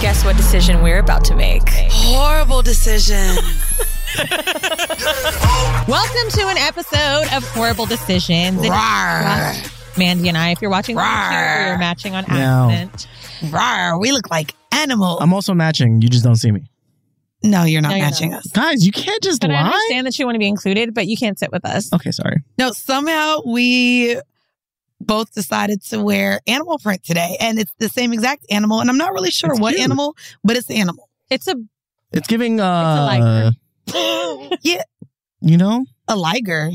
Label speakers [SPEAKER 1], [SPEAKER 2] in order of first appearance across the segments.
[SPEAKER 1] Guess what decision we're about to make?
[SPEAKER 2] Horrible decision.
[SPEAKER 3] Welcome to an episode of Horrible Decisions. It is us, Mandy and I, if you're watching,
[SPEAKER 2] Rawr.
[SPEAKER 3] we're matching on
[SPEAKER 4] No.
[SPEAKER 3] accident.
[SPEAKER 2] Rawr, we look like animals.
[SPEAKER 4] I'm also matching. You just don't see me.
[SPEAKER 2] no, you're not
[SPEAKER 3] No, you're
[SPEAKER 2] matching
[SPEAKER 3] not.
[SPEAKER 2] us.
[SPEAKER 4] Guys, you can't just
[SPEAKER 3] But I
[SPEAKER 4] lie.
[SPEAKER 3] understand that you want to be included, but you can't sit with us.
[SPEAKER 4] Okay, sorry.
[SPEAKER 2] No, somehow we both decided to wear animal print today, and it's the same exact animal. And I'm not really sure
[SPEAKER 4] It's
[SPEAKER 2] what
[SPEAKER 4] cute.
[SPEAKER 2] animal, but it's the animal.
[SPEAKER 3] It's a
[SPEAKER 4] It's giving uh
[SPEAKER 3] liker.
[SPEAKER 4] you know?
[SPEAKER 2] A liger.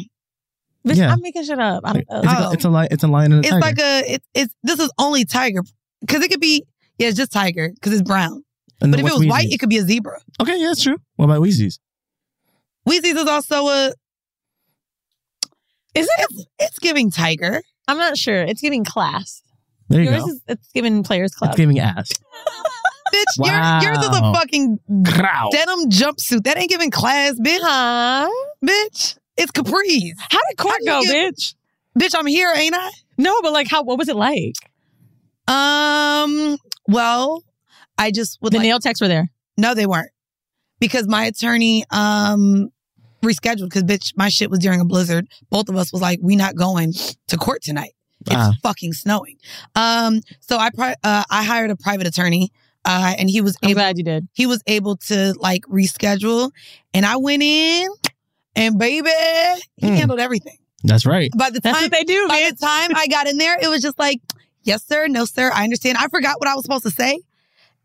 [SPEAKER 3] Bitch,
[SPEAKER 4] Yeah.
[SPEAKER 3] I'm making shit up. I
[SPEAKER 4] It-
[SPEAKER 3] don't
[SPEAKER 4] It's,
[SPEAKER 3] know.
[SPEAKER 2] Oh.
[SPEAKER 4] a, it's a li- it's a lion and a
[SPEAKER 2] It's
[SPEAKER 4] tiger.
[SPEAKER 2] like a. It, it's this is only tiger because it could be. Yeah, it's just tiger because it's brown. But
[SPEAKER 4] and
[SPEAKER 2] if
[SPEAKER 4] then
[SPEAKER 2] it was
[SPEAKER 4] what's
[SPEAKER 2] white,
[SPEAKER 4] Wheaties?
[SPEAKER 2] it could be a zebra.
[SPEAKER 4] okay, yeah, that's true. What about Wheaties?
[SPEAKER 2] Wheaties is also a.
[SPEAKER 3] Is it?
[SPEAKER 2] It's, it's giving tiger.
[SPEAKER 3] I'm not sure. It's giving class.
[SPEAKER 4] There you
[SPEAKER 3] Yours
[SPEAKER 4] go.
[SPEAKER 3] is it's giving players club.
[SPEAKER 4] It's giving ass.
[SPEAKER 2] Bitch, yours, yours is a
[SPEAKER 4] Wow.
[SPEAKER 2] fucking
[SPEAKER 4] Growl.
[SPEAKER 2] denim jumpsuit. That ain't giving class, bitch.
[SPEAKER 3] huh?
[SPEAKER 2] Bitch, it's capris.
[SPEAKER 3] How did court
[SPEAKER 2] How
[SPEAKER 3] go,
[SPEAKER 2] you get-
[SPEAKER 3] bitch?
[SPEAKER 2] Bitch, I'm here, ain't I?
[SPEAKER 3] No, but like, how? What was it like?
[SPEAKER 2] Um, well, I just would
[SPEAKER 3] the
[SPEAKER 2] like,
[SPEAKER 3] nail techs were there.
[SPEAKER 2] no, they weren't. Because my attorney um rescheduled because bitch, my shit was during a blizzard. Both of us was like, we not going to court tonight. It's
[SPEAKER 4] Ah.
[SPEAKER 2] fucking snowing. Um, so I pri- uh, I hired a private attorney, uh, and he was
[SPEAKER 3] I'm
[SPEAKER 2] able
[SPEAKER 3] glad you did.
[SPEAKER 2] he was able to like reschedule, and I went in, and baby, he
[SPEAKER 4] Mm.
[SPEAKER 2] handled everything.
[SPEAKER 4] That's right.
[SPEAKER 2] By the
[SPEAKER 3] That's
[SPEAKER 2] time
[SPEAKER 3] what they do,
[SPEAKER 2] by
[SPEAKER 3] man.
[SPEAKER 2] the time I got in there, it was just like, yes, sir, no, sir, I understand. I forgot what I was supposed to say.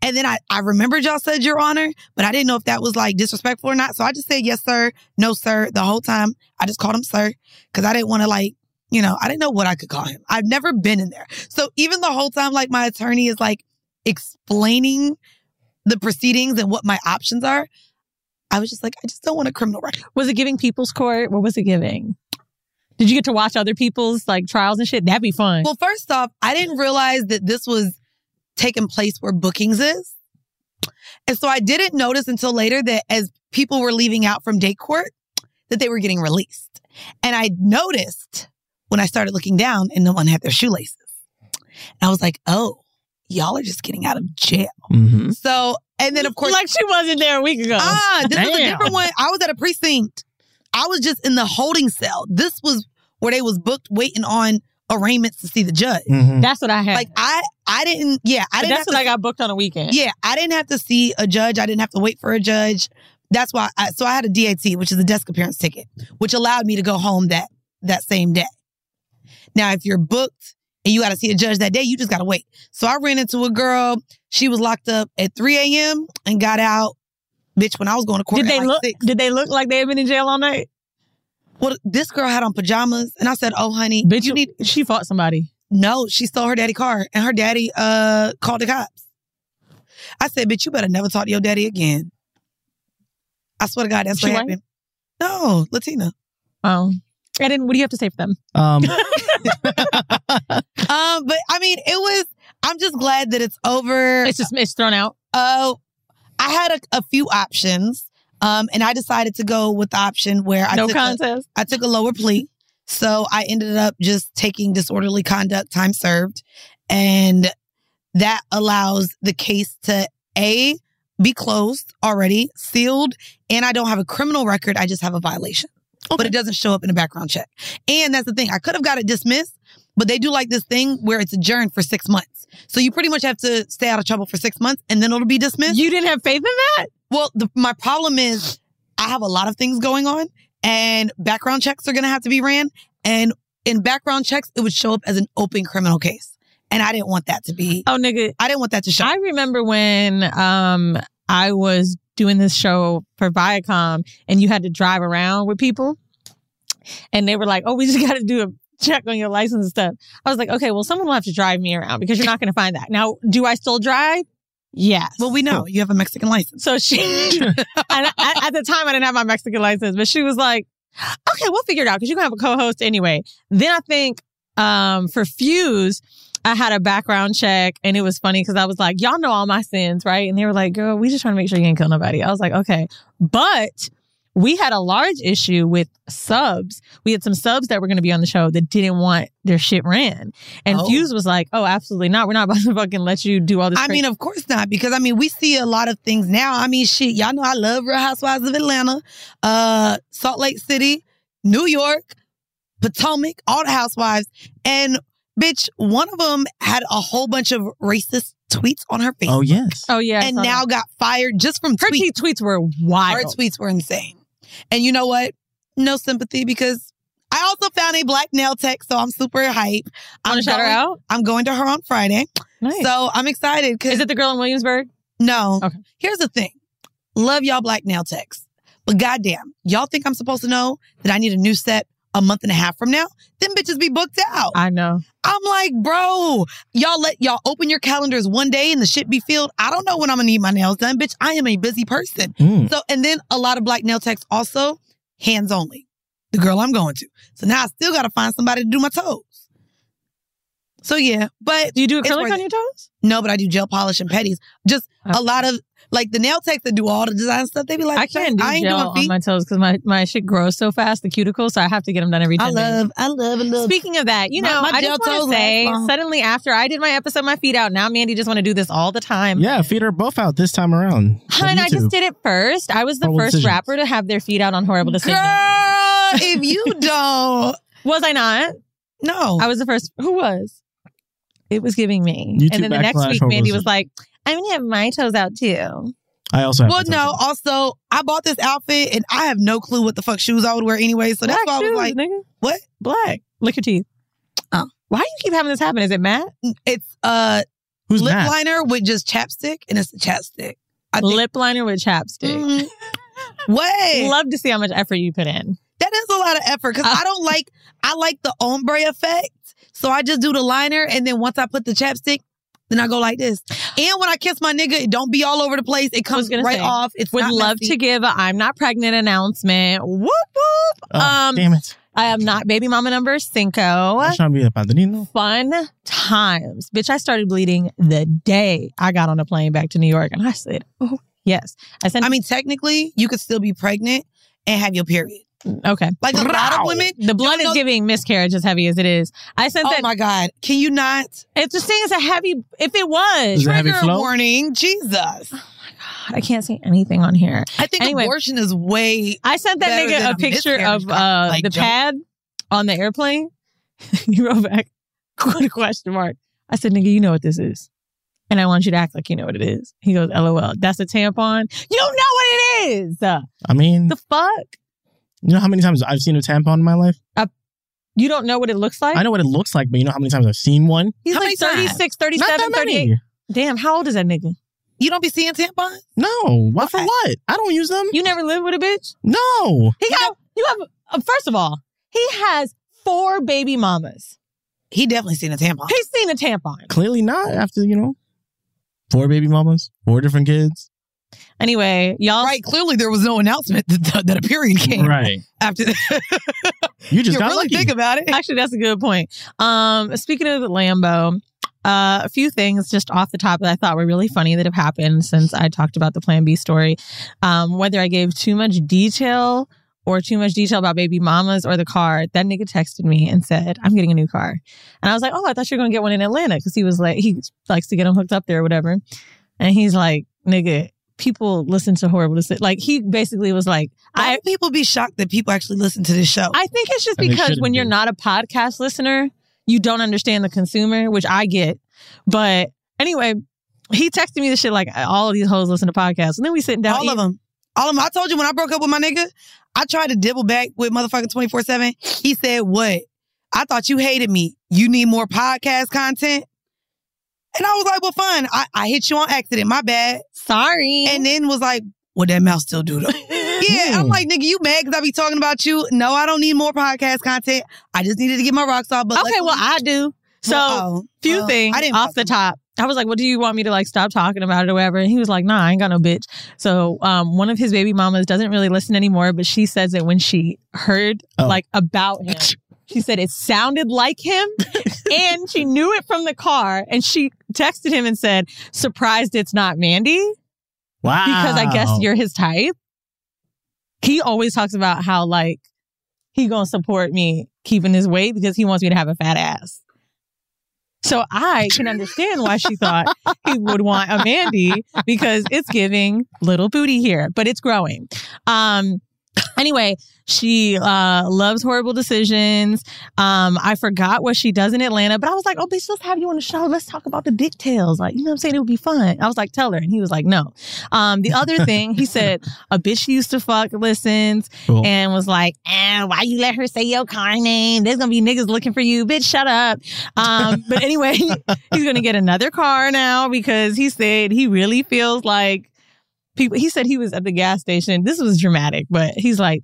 [SPEAKER 2] And then I, I remembered y'all said your honor, but I didn't know if that was like disrespectful or not. So I just said yes, sir, no, sir, the whole time. I just called him sir because I didn't want to like, you know, I didn't know what I could call him. I've never been in there. So even the whole time, like my attorney is like explaining the proceedings and what my options are. I was just like, I just don't want a criminal record.
[SPEAKER 3] Was it giving people's court? What was it giving? Did you get to watch other people's like trials and shit? That'd be fun.
[SPEAKER 2] Well, first off, I didn't realize that this was taking place where bookings is. And so I didn't notice until later that as people were leaving out from day court, that they were getting released. And I noticed when I started looking down and no one had their shoelaces. And I was like, oh, y'all are just getting out of jail.
[SPEAKER 4] Mm-hmm.
[SPEAKER 2] So, and then of course,
[SPEAKER 3] like oh, she wasn't there a week ago.
[SPEAKER 2] ah, this was a
[SPEAKER 4] Damn.
[SPEAKER 2] different one. I was at a precinct. I was just in the holding cell. This was where they was booked waiting on arraignments to see the judge.
[SPEAKER 4] Mm-hmm.
[SPEAKER 3] that's what I had.
[SPEAKER 2] Like I, I didn't. Yeah, I
[SPEAKER 3] But
[SPEAKER 2] didn't.
[SPEAKER 3] that's
[SPEAKER 2] have
[SPEAKER 3] what
[SPEAKER 2] to,
[SPEAKER 3] I got booked on a weekend.
[SPEAKER 2] Yeah, I didn't have to see a judge. I didn't have to wait for a judge. That's why. I, so I had a DAT, which is a desk appearance ticket, which allowed me to go home that that same day. Now, if you're booked and you got to see a judge that day, you just got to wait. So I ran into a girl. She was locked up at 3 a.m. and got out. Bitch, when I was going to court,
[SPEAKER 3] Did
[SPEAKER 2] at
[SPEAKER 3] they
[SPEAKER 2] like
[SPEAKER 3] look?
[SPEAKER 2] six.
[SPEAKER 3] Did they look like they had been in jail all night?
[SPEAKER 2] Well, this girl had on pajamas, and I said, "Oh, honey,
[SPEAKER 3] Bitch,
[SPEAKER 2] you need
[SPEAKER 3] she fought somebody.
[SPEAKER 2] No, she stole her daddy car and her daddy uh called the cops. I said, bitch, you better never talk to your daddy again. I swear to God, that's
[SPEAKER 3] She
[SPEAKER 2] what
[SPEAKER 3] white?
[SPEAKER 2] happened. No, Latina.
[SPEAKER 3] Oh, and then what do you have to say for them?
[SPEAKER 4] Um,
[SPEAKER 2] Um, but I mean, it was I'm just glad that it's over.
[SPEAKER 3] It's just it's thrown out.
[SPEAKER 2] Oh, I had a, a few options. Um, and I decided to go with the option where I
[SPEAKER 3] no
[SPEAKER 2] took a-
[SPEAKER 3] contest.
[SPEAKER 2] I took a lower plea. So I ended up just taking disorderly conduct time served. And that allows the case to A, be closed already, sealed, and I don't have a criminal record. I just have a violation. But it doesn't show up in a background check. And that's the thing. I could have got it dismissed, But they do like this thing where it's adjourned for six months. So you pretty much have to stay out of trouble for six months and then it'll be dismissed.
[SPEAKER 3] You didn't have faith in that?
[SPEAKER 2] Well, the, my problem is I have a lot of things going on and background checks are going to have to be ran. And in background checks, it would show up as an open criminal case. And I didn't want that to be,
[SPEAKER 3] Oh, nigga.
[SPEAKER 2] I didn't want that to show.
[SPEAKER 3] I remember when um I was doing this show for Viacom and you had to drive around with people and they were like, Oh, we just gotta do a check on your license and stuff. I was like, Okay, well someone will have to drive me around because you're not gonna find that. Now, do I still drive? Yes.
[SPEAKER 2] well, we know you have a Mexican license.
[SPEAKER 3] So she, and I, at the time I didn't have my Mexican license, but she was like, okay, we'll figure it out because you're going to have a co host anyway. Then I think um, for Fuse, I had a background check and it was funny because I was like, y'all know all my sins, right? And they were like, girl, we just trying to make sure you ain't kill nobody. I was like, okay. But we had a large issue with subs. We had some subs that were going to be on the show that didn't want their shit ran. And
[SPEAKER 2] Oh.
[SPEAKER 3] Fuse was like, oh, absolutely not. We're not about to fucking let you do all this.
[SPEAKER 2] I
[SPEAKER 3] crazy
[SPEAKER 2] mean, of course not, because I mean, we see a lot of things now. I mean, shit, y'all know I love Real Housewives of Atlanta, uh, Salt Lake City, New York, Potomac, all the housewives. And bitch, one of them had a whole bunch of racist tweets on her face
[SPEAKER 4] Oh yes.
[SPEAKER 3] Oh yeah, I
[SPEAKER 2] and
[SPEAKER 3] saw
[SPEAKER 2] now
[SPEAKER 3] that.
[SPEAKER 2] got fired just from
[SPEAKER 3] her
[SPEAKER 2] tweets.
[SPEAKER 3] tweets, tweets were
[SPEAKER 2] Our
[SPEAKER 3] wild.
[SPEAKER 2] tweets were insane. And you know what? No sympathy because I also found a black nail tech, so I'm super hype. I'm
[SPEAKER 3] Want to shout her
[SPEAKER 2] going-
[SPEAKER 3] out?
[SPEAKER 2] I'm going to her on Friday.
[SPEAKER 3] Nice.
[SPEAKER 2] So I'm excited because
[SPEAKER 3] is it the girl in Williamsburg?
[SPEAKER 2] No.
[SPEAKER 3] Okay.
[SPEAKER 2] Here's the thing. Love y'all black nail techs. But goddamn, y'all think I'm supposed to know that I need a new set a month and a half from now? Them bitches be booked out.
[SPEAKER 3] I know.
[SPEAKER 2] I'm like, bro, y'all let y'all open your calendars one day and the shit be filled. I don't know when I'm gonna need my nails done, bitch. I am a busy person.
[SPEAKER 4] Mm.
[SPEAKER 2] So, and then a lot of black nail techs also hands only. The girl I'm going to. So now I still gotta find somebody to do my toes. So yeah, but
[SPEAKER 3] Do you do
[SPEAKER 2] It's
[SPEAKER 3] acrylic
[SPEAKER 2] worth
[SPEAKER 3] on your toes?
[SPEAKER 2] no, but I do gel polish and petties. Just
[SPEAKER 3] Okay.
[SPEAKER 2] a lot of like the nail techs that do all the design stuff. They be like,
[SPEAKER 3] I can't do
[SPEAKER 2] I ain't
[SPEAKER 3] gel
[SPEAKER 2] doing
[SPEAKER 3] on
[SPEAKER 2] feet.
[SPEAKER 3] my toes because my, my shit grows so fast, the cuticles, so I have to get them done every
[SPEAKER 2] I
[SPEAKER 3] ten minutes.
[SPEAKER 2] love, I love, I love.
[SPEAKER 3] Speaking of that, you
[SPEAKER 2] My-
[SPEAKER 3] know,
[SPEAKER 2] my
[SPEAKER 3] I
[SPEAKER 2] gel
[SPEAKER 3] just want
[SPEAKER 2] toes
[SPEAKER 3] to say,
[SPEAKER 2] last long.
[SPEAKER 3] suddenly after I did my episode, my feet out. Now Mandy just want to do this all the time.
[SPEAKER 4] Yeah, feet are both out this time around. on
[SPEAKER 3] Hun, I
[SPEAKER 4] YouTube.
[SPEAKER 3] just did it first. I was the
[SPEAKER 4] Horrible
[SPEAKER 3] first
[SPEAKER 4] decisions.
[SPEAKER 3] rapper to have their feet out on horrible decisions.
[SPEAKER 2] Girl, if you don't,
[SPEAKER 3] Was I not?
[SPEAKER 2] no.
[SPEAKER 3] I was the first. Who was? It was giving me.
[SPEAKER 4] YouTube
[SPEAKER 3] and then the next
[SPEAKER 4] backslash
[SPEAKER 3] week,
[SPEAKER 4] horrible
[SPEAKER 3] Mandy was
[SPEAKER 4] decisions.
[SPEAKER 3] like, I'm going to have my toes out too.
[SPEAKER 4] I also have
[SPEAKER 2] well,
[SPEAKER 4] potential.
[SPEAKER 2] no. Also, I bought this outfit and I have no clue what the fuck shoes I would wear anyway. So that's why I was like,
[SPEAKER 3] nigga.
[SPEAKER 2] what?
[SPEAKER 3] Black. Lick your teeth.
[SPEAKER 2] Oh.
[SPEAKER 3] Why do you keep having this happen? Is it Matt?
[SPEAKER 2] it's uh, a
[SPEAKER 4] Who's
[SPEAKER 2] lip
[SPEAKER 4] Matt?
[SPEAKER 2] liner with just chapstick and it's a chapstick. I think.
[SPEAKER 3] Lip liner with chapstick.
[SPEAKER 2] Mm. Wait.
[SPEAKER 3] Love to see how much effort you put in.
[SPEAKER 2] That is a lot of effort because
[SPEAKER 3] Oh.
[SPEAKER 2] I don't like I like the ombre effect. So I just do the liner and then once I put the chapstick, then I go like this. And when I kiss my nigga, it don't be all over the place. It
[SPEAKER 3] was
[SPEAKER 2] comes
[SPEAKER 3] gonna
[SPEAKER 2] right
[SPEAKER 3] say,
[SPEAKER 2] off. It's
[SPEAKER 3] Would
[SPEAKER 2] not
[SPEAKER 3] love
[SPEAKER 2] messy.
[SPEAKER 3] to give a I'm not pregnant announcement. Whoop whoop.
[SPEAKER 4] Oh,
[SPEAKER 3] um,
[SPEAKER 4] damn it!
[SPEAKER 3] I am not baby mama number cinco.
[SPEAKER 4] I'm trying to be a padrino.
[SPEAKER 3] Fun times. Bitch, I started bleeding the day I got on a plane back to New York and I said, oh, yes. I said,
[SPEAKER 2] I mean, technically, you could still be pregnant and have your period.
[SPEAKER 3] okay.
[SPEAKER 2] Like a lot of
[SPEAKER 4] Wow.
[SPEAKER 2] women.
[SPEAKER 3] The blood is
[SPEAKER 2] know-
[SPEAKER 3] giving miscarriage as heavy as it is. I sent
[SPEAKER 2] Oh
[SPEAKER 3] that.
[SPEAKER 2] my God. Can you not?
[SPEAKER 3] It's just saying it's a heavy, if it was,
[SPEAKER 4] Is it heavy
[SPEAKER 2] Trigger
[SPEAKER 4] flow?
[SPEAKER 2] warning. Jesus.
[SPEAKER 3] God, I can't say anything on here.
[SPEAKER 2] I think
[SPEAKER 3] Anyway.
[SPEAKER 2] abortion is way
[SPEAKER 3] I sent that
[SPEAKER 2] Better than
[SPEAKER 3] nigga
[SPEAKER 2] a
[SPEAKER 3] a picture
[SPEAKER 2] miscarriage
[SPEAKER 3] of
[SPEAKER 2] cock,
[SPEAKER 3] uh,
[SPEAKER 2] like
[SPEAKER 3] the
[SPEAKER 2] jump.
[SPEAKER 3] pad on the airplane. he wrote back, quote a question mark. I said, nigga, you know what this is. And I want you to act like you know what it is. He goes, LOL, that's a tampon. You know what it is. Uh,
[SPEAKER 4] I mean,
[SPEAKER 3] The fuck?
[SPEAKER 4] you know how many times I've seen a tampon in my life?
[SPEAKER 3] You don't know what it looks like?
[SPEAKER 4] I know what it looks like, but you know how many times I've seen one?
[SPEAKER 3] He's
[SPEAKER 2] How
[SPEAKER 3] like
[SPEAKER 2] many times?
[SPEAKER 3] 36,
[SPEAKER 4] Not
[SPEAKER 3] 37,
[SPEAKER 4] that
[SPEAKER 3] 38.
[SPEAKER 4] many.
[SPEAKER 3] Damn, how old is that nigga?
[SPEAKER 2] you don't be seeing tampons?
[SPEAKER 4] No, what for
[SPEAKER 2] Why?
[SPEAKER 4] what? I don't use them.
[SPEAKER 3] You never lived with a bitch?
[SPEAKER 4] No,
[SPEAKER 3] He got, you have, uh, first of all, he has four baby mamas.
[SPEAKER 2] He definitely seen a tampon.
[SPEAKER 3] He's seen a tampon.
[SPEAKER 4] clearly not. After you know, four baby mamas, four different kids.
[SPEAKER 3] Anyway, y'all.
[SPEAKER 2] Right. Clearly there was no announcement that, that a period came
[SPEAKER 4] Right.
[SPEAKER 2] after that.
[SPEAKER 4] You just
[SPEAKER 2] you
[SPEAKER 4] got
[SPEAKER 2] really
[SPEAKER 4] lucky.
[SPEAKER 2] think about it.
[SPEAKER 3] Actually, that's a good point. Um, speaking of Lambo, uh, a few things just off the top that I thought were really funny that have happened since I talked about the Plan B story. Um, whether I gave too much detail or too much detail about baby mamas or the car, that nigga texted me and said, "I'm getting a new car," and I was like, "Oh, I thought you were gonna get one in Atlanta because he was like he likes to get them hooked up there or whatever," and he's like, "Nigga." People listen to horrible. Deci-" Like he basically was like,
[SPEAKER 2] Why
[SPEAKER 3] I
[SPEAKER 2] do people be shocked that people actually listen to this show?
[SPEAKER 3] I think it's just
[SPEAKER 4] And they
[SPEAKER 3] because
[SPEAKER 4] shouldn't
[SPEAKER 3] when you're
[SPEAKER 4] be.
[SPEAKER 3] not a podcast listener, you don't understand the consumer, which I get. But anyway, he texted me this shit like all of these hoes listen to podcasts, and then we sitting down.
[SPEAKER 2] All of them. All of them. I told you when I broke up with my nigga, I tried to dibble back with motherfucking 24 7. He said, What? I thought you hated me. You need more podcast content? And I was like, Well, fun. I, I hit you on accident. My bad.
[SPEAKER 3] Sorry.
[SPEAKER 2] And then was like, What that mouth still do though? Yeah, I'm
[SPEAKER 4] Hmm.
[SPEAKER 2] like, nigga, you mad because I be talking about you? No, I don't need more podcast content. I just needed to get my rocks off. But
[SPEAKER 3] okay, well I do. So
[SPEAKER 2] Well, oh,
[SPEAKER 3] few
[SPEAKER 2] well,
[SPEAKER 3] things
[SPEAKER 2] I didn't
[SPEAKER 3] off the
[SPEAKER 2] fucking-
[SPEAKER 3] top. I was like, "Well, do you want me to like stop talking about it or whatever?" And he was like, "Nah, I ain't got no bitch." So, um, one of his baby mamas doesn't really listen anymore, but she says that when she heard
[SPEAKER 4] Oh.
[SPEAKER 3] like about him, she said it sounded like him, and she knew it from the car, and she texted him and said, "Surprised it's not Mandy
[SPEAKER 4] Wow.
[SPEAKER 3] because I guess you're his type." He always talks about how like he gonna support me keeping his weight because he wants me to have a fat ass. So I can understand why she thought he would want a Mandy because it's giving little booty here, but it's growing. Um anyway, she uh loves horrible decisions. Um I forgot what she does in Atlanta, but I was like, "Oh, bitch, let's have you on the show. Let's talk about the details." Like, you know what I'm saying? It would be fun. I was like, "Tell her." And he was like, "No." Um the other thing, he said, "A bitch used to fuck listens
[SPEAKER 2] Oh.
[SPEAKER 4] Cool.
[SPEAKER 3] and was like, eh, why you let her say your car name? There's gonna be niggas looking for you, bitch. Shut up. Um, but anyway, he's gonna get another car now because he said he really feels like people. He said he was at the gas station. This was dramatic, but he's like,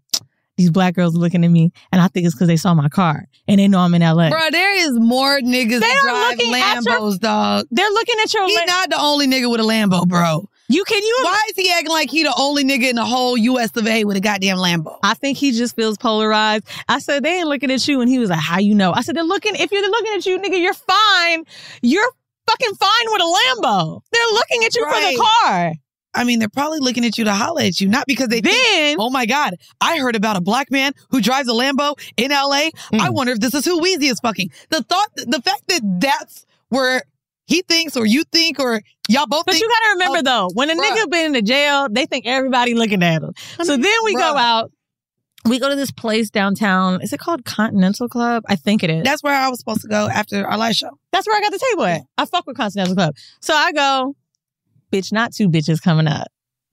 [SPEAKER 3] these black girls are looking at me, and I think it's because they saw my car and they know I'm in LA.
[SPEAKER 2] Bruh, there is more niggas
[SPEAKER 3] They
[SPEAKER 2] that
[SPEAKER 3] are
[SPEAKER 2] drive
[SPEAKER 3] looking at your- Oh,
[SPEAKER 2] Lambos, dog.
[SPEAKER 3] They're looking at your.
[SPEAKER 2] He
[SPEAKER 3] la-
[SPEAKER 2] not the only nigga with a Lambo, bro.
[SPEAKER 3] you can you.
[SPEAKER 2] Why is he acting like he the only nigga in the whole U.S. of A. with a goddamn Lambo?
[SPEAKER 3] I think he just feels polarized. I said, they ain't looking at you. And he was like, how you know? I said, they're looking, if you're looking at you, nigga, you're fine. You're fucking fine with a Lambo. They're looking at you
[SPEAKER 2] Right.
[SPEAKER 3] for the car.
[SPEAKER 2] I mean, they're probably looking at you to holler at you, not because they think,
[SPEAKER 3] Then,
[SPEAKER 2] oh my God, I heard about a black man who drives a Lambo in L.A.
[SPEAKER 3] Hmm.
[SPEAKER 2] I wonder if this is who Weezy is fucking. The thought, the fact that that's where he thinks or you think or y'all both
[SPEAKER 3] but
[SPEAKER 2] think.
[SPEAKER 3] you gotta remember
[SPEAKER 2] oh,
[SPEAKER 3] though, when a
[SPEAKER 2] bruh.
[SPEAKER 3] nigga been in the jail, they think everybody looking at him. so then we go
[SPEAKER 2] bruh.
[SPEAKER 3] out, we go to this place downtown. Is it called Continental Club? I think it is.
[SPEAKER 2] that's where I was supposed to go after our live show.
[SPEAKER 3] That's where I got the table at. I fuck with Continental Club. So I go, bitch, not two bitches coming up.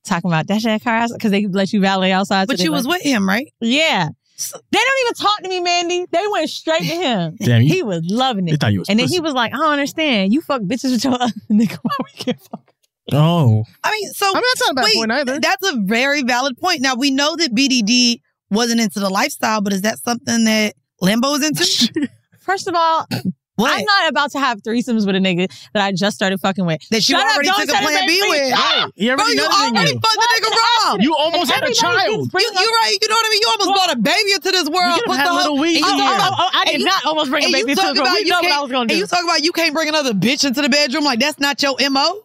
[SPEAKER 3] Talking about that shit car because they let you valet outside. so
[SPEAKER 2] But
[SPEAKER 3] they
[SPEAKER 2] you
[SPEAKER 3] let-
[SPEAKER 2] was with him, right?
[SPEAKER 3] Yeah.
[SPEAKER 2] So-
[SPEAKER 3] They don't even talk to me, Mandy. They went straight to him.
[SPEAKER 4] Damn, you,
[SPEAKER 3] He was loving
[SPEAKER 4] they
[SPEAKER 3] it.
[SPEAKER 4] thought you was
[SPEAKER 3] And then he
[SPEAKER 4] pussy.
[SPEAKER 3] was like, I don't understand. You fuck bitches with your other nigga. Why we can't fuck?
[SPEAKER 4] Oh.
[SPEAKER 2] I mean, so
[SPEAKER 4] I mean, that's not a bad
[SPEAKER 2] Wait,
[SPEAKER 4] point either.
[SPEAKER 2] That's a very valid point. Now we know that BDD wasn't into the lifestyle, but is that something that Lambo is into?
[SPEAKER 3] First of all,
[SPEAKER 2] what?
[SPEAKER 3] I'm not about to have threesomes with a nigga that I just started fucking with.
[SPEAKER 2] that you
[SPEAKER 3] Shut up,
[SPEAKER 2] already
[SPEAKER 3] don't
[SPEAKER 2] took a plan
[SPEAKER 3] celebrate
[SPEAKER 2] B
[SPEAKER 3] me.
[SPEAKER 2] with.
[SPEAKER 3] oh,
[SPEAKER 4] Right. You
[SPEAKER 2] Bro,
[SPEAKER 4] already
[SPEAKER 2] you
[SPEAKER 4] nutted in
[SPEAKER 2] already
[SPEAKER 4] you.
[SPEAKER 2] fucked the nigga wrong. You,
[SPEAKER 4] You almost had a
[SPEAKER 3] Everybody keeps
[SPEAKER 4] child.
[SPEAKER 3] bringing up-
[SPEAKER 2] you right. You know what I mean? You almost brought a baby into this world.
[SPEAKER 4] could've
[SPEAKER 2] Put
[SPEAKER 4] had
[SPEAKER 2] the
[SPEAKER 4] Little
[SPEAKER 2] whole-
[SPEAKER 4] Weezy
[SPEAKER 2] and you
[SPEAKER 3] Oh,
[SPEAKER 2] talk
[SPEAKER 4] here.
[SPEAKER 3] oh,
[SPEAKER 2] about-
[SPEAKER 3] oh, I did
[SPEAKER 2] and you-
[SPEAKER 3] not almost bring a
[SPEAKER 2] and you
[SPEAKER 3] baby into
[SPEAKER 2] talk
[SPEAKER 3] the room.
[SPEAKER 2] about
[SPEAKER 3] We
[SPEAKER 2] you
[SPEAKER 3] know what
[SPEAKER 2] can't-
[SPEAKER 3] I was going to
[SPEAKER 2] and
[SPEAKER 3] do.
[SPEAKER 2] you talk about you can't bring another bitch into the bedroom. Like that's not your mo.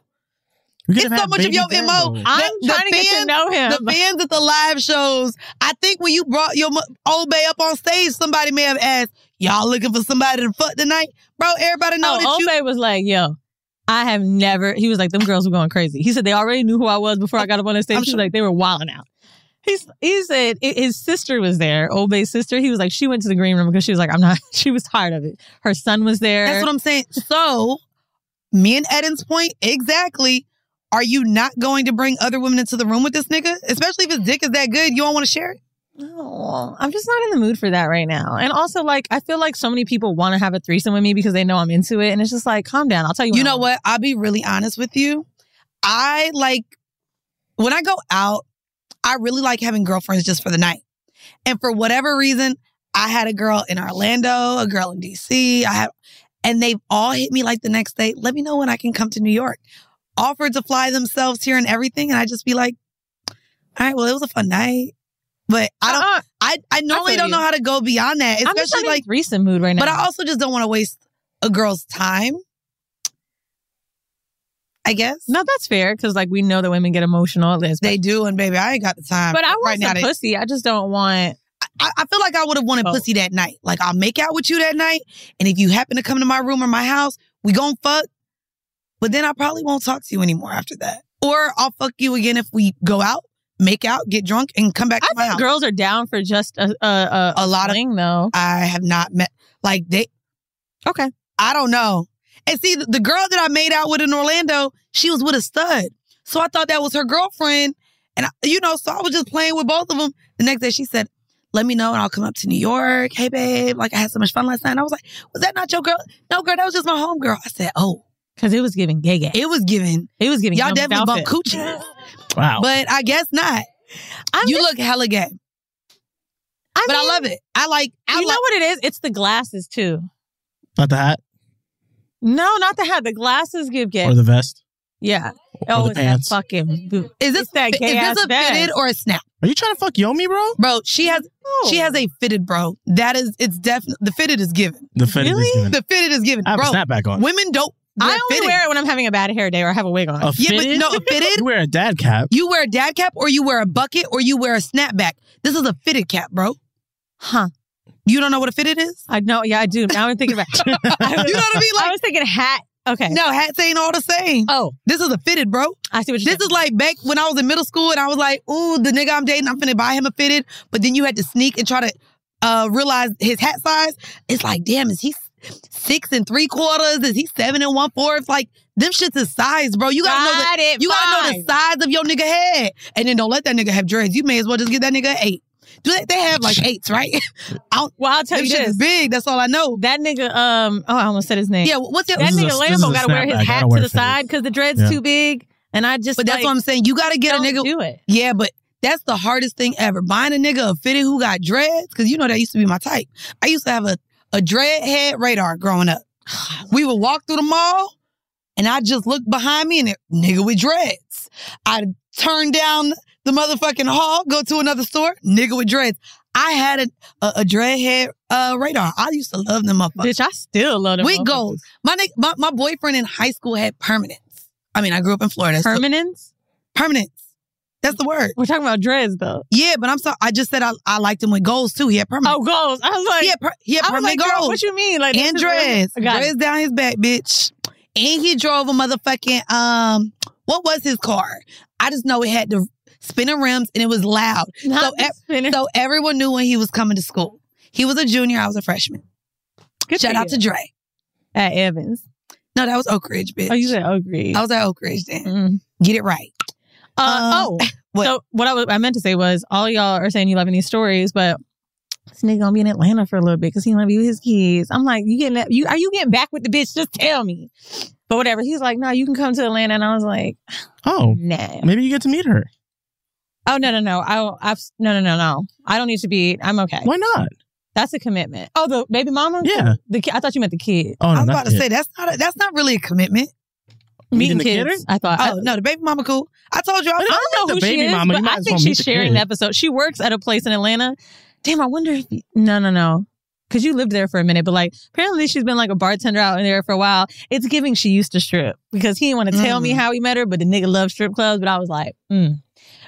[SPEAKER 4] We
[SPEAKER 2] It's
[SPEAKER 4] could've
[SPEAKER 2] so
[SPEAKER 4] had
[SPEAKER 2] much of
[SPEAKER 4] baby
[SPEAKER 2] your
[SPEAKER 4] Lambo.
[SPEAKER 2] MO.
[SPEAKER 3] I'm
[SPEAKER 2] the- the
[SPEAKER 3] trying to get to
[SPEAKER 2] fans-
[SPEAKER 3] know him.
[SPEAKER 2] The fans at the live shows. I think when you brought your mo- old bay up on stage, somebody may have asked, "Y'all looking for somebody to fuck tonight, bro?" Everybody know that
[SPEAKER 3] oh,
[SPEAKER 2] you.
[SPEAKER 3] Obey was like, yo, I have never. He was like, them girls were going crazy. He said they already knew who I was before I got up on the stage.
[SPEAKER 2] I'm
[SPEAKER 3] He was
[SPEAKER 2] sure.
[SPEAKER 3] like, they were wilding out. He's, he said i- his sister was there, Obey's sister. He was like, she went to the green room because she was like, I'm not, she was tired of it. Her son was there.
[SPEAKER 2] That's what I'm saying. So, me and Eden's point exactly. Are you not going to bring other women into the room with this nigga? Especially if his dick is that good, you don't want to share it.
[SPEAKER 3] No, I'm just not in the mood for that right now. And also, like, I feel like so many people want to have a threesome with me because they know I'm into it. And it's just like, calm down. I'll tell you.
[SPEAKER 2] You
[SPEAKER 3] when I
[SPEAKER 2] know
[SPEAKER 3] want.
[SPEAKER 2] what? I'll be really honest with you. I like when I go out, I really like having girlfriends just for the night. And for whatever reason, I had a girl in Orlando, a girl in DC. I had and they've all hit me like the next day, let me know when I can come to New York. Offered to fly themselves here and everything. And I just be like, all right, well, it was a fun night. But I don't
[SPEAKER 3] Uh-uh.
[SPEAKER 2] I, I normally
[SPEAKER 3] feel
[SPEAKER 2] don't
[SPEAKER 3] you.
[SPEAKER 2] know how to go beyond that.
[SPEAKER 3] I'm just not
[SPEAKER 2] Especially
[SPEAKER 3] in
[SPEAKER 2] like
[SPEAKER 3] a threesome mood right now.
[SPEAKER 2] but I also just don't want to waste a girl's time. I guess.
[SPEAKER 3] no, that's fair because like we know that women get emotional. They
[SPEAKER 2] They do, and baby, I ain't got the time.
[SPEAKER 3] But I want
[SPEAKER 2] right now.
[SPEAKER 3] some
[SPEAKER 2] They,
[SPEAKER 3] pussy. I just don't want.
[SPEAKER 2] I, I feel like I would have wanted
[SPEAKER 3] Oh.
[SPEAKER 2] pussy that night. Like I'll make out with you that night, and if you happen to come to my room or my house, we gon' fuck. But then I probably won't talk to you anymore after that. Or I'll fuck you again if we go out, make out, get drunk, and come back
[SPEAKER 3] I
[SPEAKER 2] to my
[SPEAKER 3] think
[SPEAKER 2] house.
[SPEAKER 3] girls are down for just a a, a,
[SPEAKER 2] A lot of-
[SPEAKER 3] thing, though.
[SPEAKER 2] I have not met like they.
[SPEAKER 3] Okay.
[SPEAKER 2] I don't know. And see, the- the girl that I made out with in Orlando, she was with a stud. So I thought that was her girlfriend. And, I, you know, so I was just playing with both of them. The next day she said, let me know and I'll come up to New York. Hey, babe. Like, I had so much fun last night. And I was like, was that not your girl? No, girl, that was just my homegirl. I said, oh,
[SPEAKER 3] Because it was giving gay gay.
[SPEAKER 2] it was given.
[SPEAKER 3] It was giving
[SPEAKER 2] Y'all
[SPEAKER 3] Young's
[SPEAKER 2] definitely bought
[SPEAKER 3] outfit.
[SPEAKER 2] coochie.
[SPEAKER 4] Wow.
[SPEAKER 2] But I guess not.
[SPEAKER 3] I'm
[SPEAKER 2] you
[SPEAKER 3] just-
[SPEAKER 2] look hella gay.
[SPEAKER 3] I
[SPEAKER 2] but I
[SPEAKER 3] mean,
[SPEAKER 2] love it. I like, I
[SPEAKER 3] You
[SPEAKER 2] like,
[SPEAKER 3] know what it is? It's the glasses too.
[SPEAKER 4] Not the hat
[SPEAKER 3] No, not the hat. The glasses give gay.
[SPEAKER 4] or the vest
[SPEAKER 3] yeah.
[SPEAKER 4] or
[SPEAKER 3] oh,
[SPEAKER 4] the
[SPEAKER 3] it's
[SPEAKER 4] pants.
[SPEAKER 3] that fucking boot.
[SPEAKER 2] is this,
[SPEAKER 3] It's that
[SPEAKER 2] fi-
[SPEAKER 3] gay
[SPEAKER 2] is
[SPEAKER 3] ass
[SPEAKER 2] this a
[SPEAKER 3] bag.
[SPEAKER 2] fitted or a snap?
[SPEAKER 4] Are you trying to fuck Yomi, bro?
[SPEAKER 2] Bro, she has
[SPEAKER 3] No.
[SPEAKER 2] She has a fitted, bro. That is, it's definitely the fitted is given.
[SPEAKER 4] The fitted is
[SPEAKER 3] Really?
[SPEAKER 4] given.
[SPEAKER 2] The fitted is given,
[SPEAKER 4] I have
[SPEAKER 2] bro.
[SPEAKER 4] a snapback on.
[SPEAKER 2] Women don't.
[SPEAKER 3] I
[SPEAKER 2] wear
[SPEAKER 3] only
[SPEAKER 2] fitted.
[SPEAKER 3] wear it when I'm having a bad hair day or I have a wig on.
[SPEAKER 4] A
[SPEAKER 2] Yeah,
[SPEAKER 4] fitted?
[SPEAKER 2] but no, a fitted.
[SPEAKER 4] You wear a dad cap.
[SPEAKER 2] You wear a dad cap, or you wear a bucket, or you wear a snapback. This is a fitted cap, bro.
[SPEAKER 3] Huh.
[SPEAKER 2] You don't know what a fitted is?
[SPEAKER 3] I know. Yeah, I do. Now I'm thinking about it.
[SPEAKER 2] you know what I mean?
[SPEAKER 3] I
[SPEAKER 2] Like,
[SPEAKER 3] was thinking hat. Okay.
[SPEAKER 2] no, hats ain't all the same.
[SPEAKER 3] Oh,
[SPEAKER 2] This is a fitted, bro.
[SPEAKER 3] I see what you're
[SPEAKER 2] This is like back when I was in middle school, and I was like, "Ooh, the nigga I'm dating, I'm finna buy him a fitted." But then you had to sneak and try to uh, realize his hat size. It's like, damn, is he six and three quarters? Is he seven and one fourth? Like them shits is size, bro. You gotta know the,
[SPEAKER 3] Got it.
[SPEAKER 2] you gotta know
[SPEAKER 3] fine.
[SPEAKER 2] the size of your nigga head, and then don't let that nigga have dreads. You may as well just get that nigga an eight. Do they, they have like eights, right?
[SPEAKER 3] Well, I'll tell
[SPEAKER 2] Them
[SPEAKER 3] you
[SPEAKER 2] shit
[SPEAKER 3] this.
[SPEAKER 2] is big. That's all I know.
[SPEAKER 3] That nigga, um, oh, I almost said his name.
[SPEAKER 2] Yeah, what's it?
[SPEAKER 3] that
[SPEAKER 4] This is a-
[SPEAKER 3] nigga
[SPEAKER 4] this is a
[SPEAKER 3] Lambo got to wear his
[SPEAKER 4] snapback. I
[SPEAKER 3] hat
[SPEAKER 4] don't
[SPEAKER 3] to
[SPEAKER 4] wear
[SPEAKER 3] the
[SPEAKER 4] fitted.
[SPEAKER 3] side because the dread's
[SPEAKER 4] Yeah.
[SPEAKER 3] too big. And I just,
[SPEAKER 2] But that's
[SPEAKER 3] like,
[SPEAKER 2] what I'm saying. You gotta get a
[SPEAKER 3] don't
[SPEAKER 2] nigga.
[SPEAKER 3] do it.
[SPEAKER 2] Yeah, but that's the hardest thing ever. Buying a nigga a fitted who got dreads, because you know that used to be my type. I used to have a, a dread head radar growing up. We would walk through the mall and I just looked behind me and it, nigga with dreads. I'd turn down the motherfucking hall, go to another store, nigga with dreads. I had a, a, a dread head uh, radar. I used to love them motherfuckers.
[SPEAKER 3] Bitch, I still love them.
[SPEAKER 2] We
[SPEAKER 3] motherfuckers.
[SPEAKER 2] gold. My, nigga, my my boyfriend in high school had permanents. I mean, I grew up in Florida. So
[SPEAKER 3] Permanence?
[SPEAKER 2] permanents. That's the word.
[SPEAKER 3] We're talking about dreads, though.
[SPEAKER 2] Yeah, but I'm sorry. I just said I, I liked him with goals too. He had permanent.
[SPEAKER 3] Oh, goals. I was like,
[SPEAKER 2] he had, per, he had
[SPEAKER 3] I was like,
[SPEAKER 2] Mm. permanent
[SPEAKER 3] girl, what
[SPEAKER 2] goals
[SPEAKER 3] you mean? Like,
[SPEAKER 2] and
[SPEAKER 3] this is really-
[SPEAKER 2] dreads.
[SPEAKER 3] Got it.
[SPEAKER 2] Dreads down his back, bitch. And he drove a motherfucking um. What was his car? I just know it had the spinning rims and it was loud.
[SPEAKER 3] Not
[SPEAKER 2] So eh,
[SPEAKER 3] the
[SPEAKER 2] ev-
[SPEAKER 3] spinner.
[SPEAKER 2] So everyone knew when he was coming to school. He was a junior. I was a freshman.
[SPEAKER 3] Good
[SPEAKER 2] Shout
[SPEAKER 3] for
[SPEAKER 2] out
[SPEAKER 3] you.
[SPEAKER 2] to Dre.
[SPEAKER 3] at Evans.
[SPEAKER 2] No, that was Oak Ridge, bitch.
[SPEAKER 3] Oh, you said Oak Ridge.
[SPEAKER 2] I was at Oak Ridge then.
[SPEAKER 3] Mm.
[SPEAKER 2] Get it right.
[SPEAKER 4] Um,
[SPEAKER 3] Uh,
[SPEAKER 4] eh,
[SPEAKER 3] oh,
[SPEAKER 2] what?
[SPEAKER 3] so what I, was, I meant to say was all y'all are saying you loving these stories, but this nigga gonna be in Atlanta for a little bit because he gonna be with his kids. I'm like, you getting that, you are you getting back with the bitch? Just tell me. But whatever. He's like, no, you can come to Atlanta, and I was like,
[SPEAKER 4] Oh,
[SPEAKER 3] nah.
[SPEAKER 4] maybe you get to meet her.
[SPEAKER 3] Oh no no no. I I've, no no no no. I don't need to be. I'm okay.
[SPEAKER 4] Why not?
[SPEAKER 3] That's a commitment. Oh, the baby mama.
[SPEAKER 4] Yeah.
[SPEAKER 3] The ki- I thought you meant the kid.
[SPEAKER 4] Oh, no,
[SPEAKER 2] I was
[SPEAKER 4] not
[SPEAKER 2] about to
[SPEAKER 4] yet.
[SPEAKER 2] say that's not a, that's not really a commitment.
[SPEAKER 4] Meeting
[SPEAKER 3] Meeting
[SPEAKER 4] the kid
[SPEAKER 3] kids. I thought. I-
[SPEAKER 2] Oh no, the baby mama cool. I told you I
[SPEAKER 3] I
[SPEAKER 2] was
[SPEAKER 3] don't know who
[SPEAKER 4] the
[SPEAKER 3] she
[SPEAKER 4] baby
[SPEAKER 3] is,
[SPEAKER 4] mama, you
[SPEAKER 3] but
[SPEAKER 4] might
[SPEAKER 3] I
[SPEAKER 4] as
[SPEAKER 3] think
[SPEAKER 4] well meet
[SPEAKER 3] she's
[SPEAKER 4] the
[SPEAKER 3] sharing
[SPEAKER 4] kid.
[SPEAKER 3] the episode. She works at a place in Atlanta. Damn, I wonder if no, no, no, because you lived there for a minute. But like, apparently she's been like a bartender out in there for a while. It's giving she used to strip because he didn't want to tell me
[SPEAKER 2] Mm.
[SPEAKER 3] how he met her, but the nigga loved strip clubs. But I was like, mm.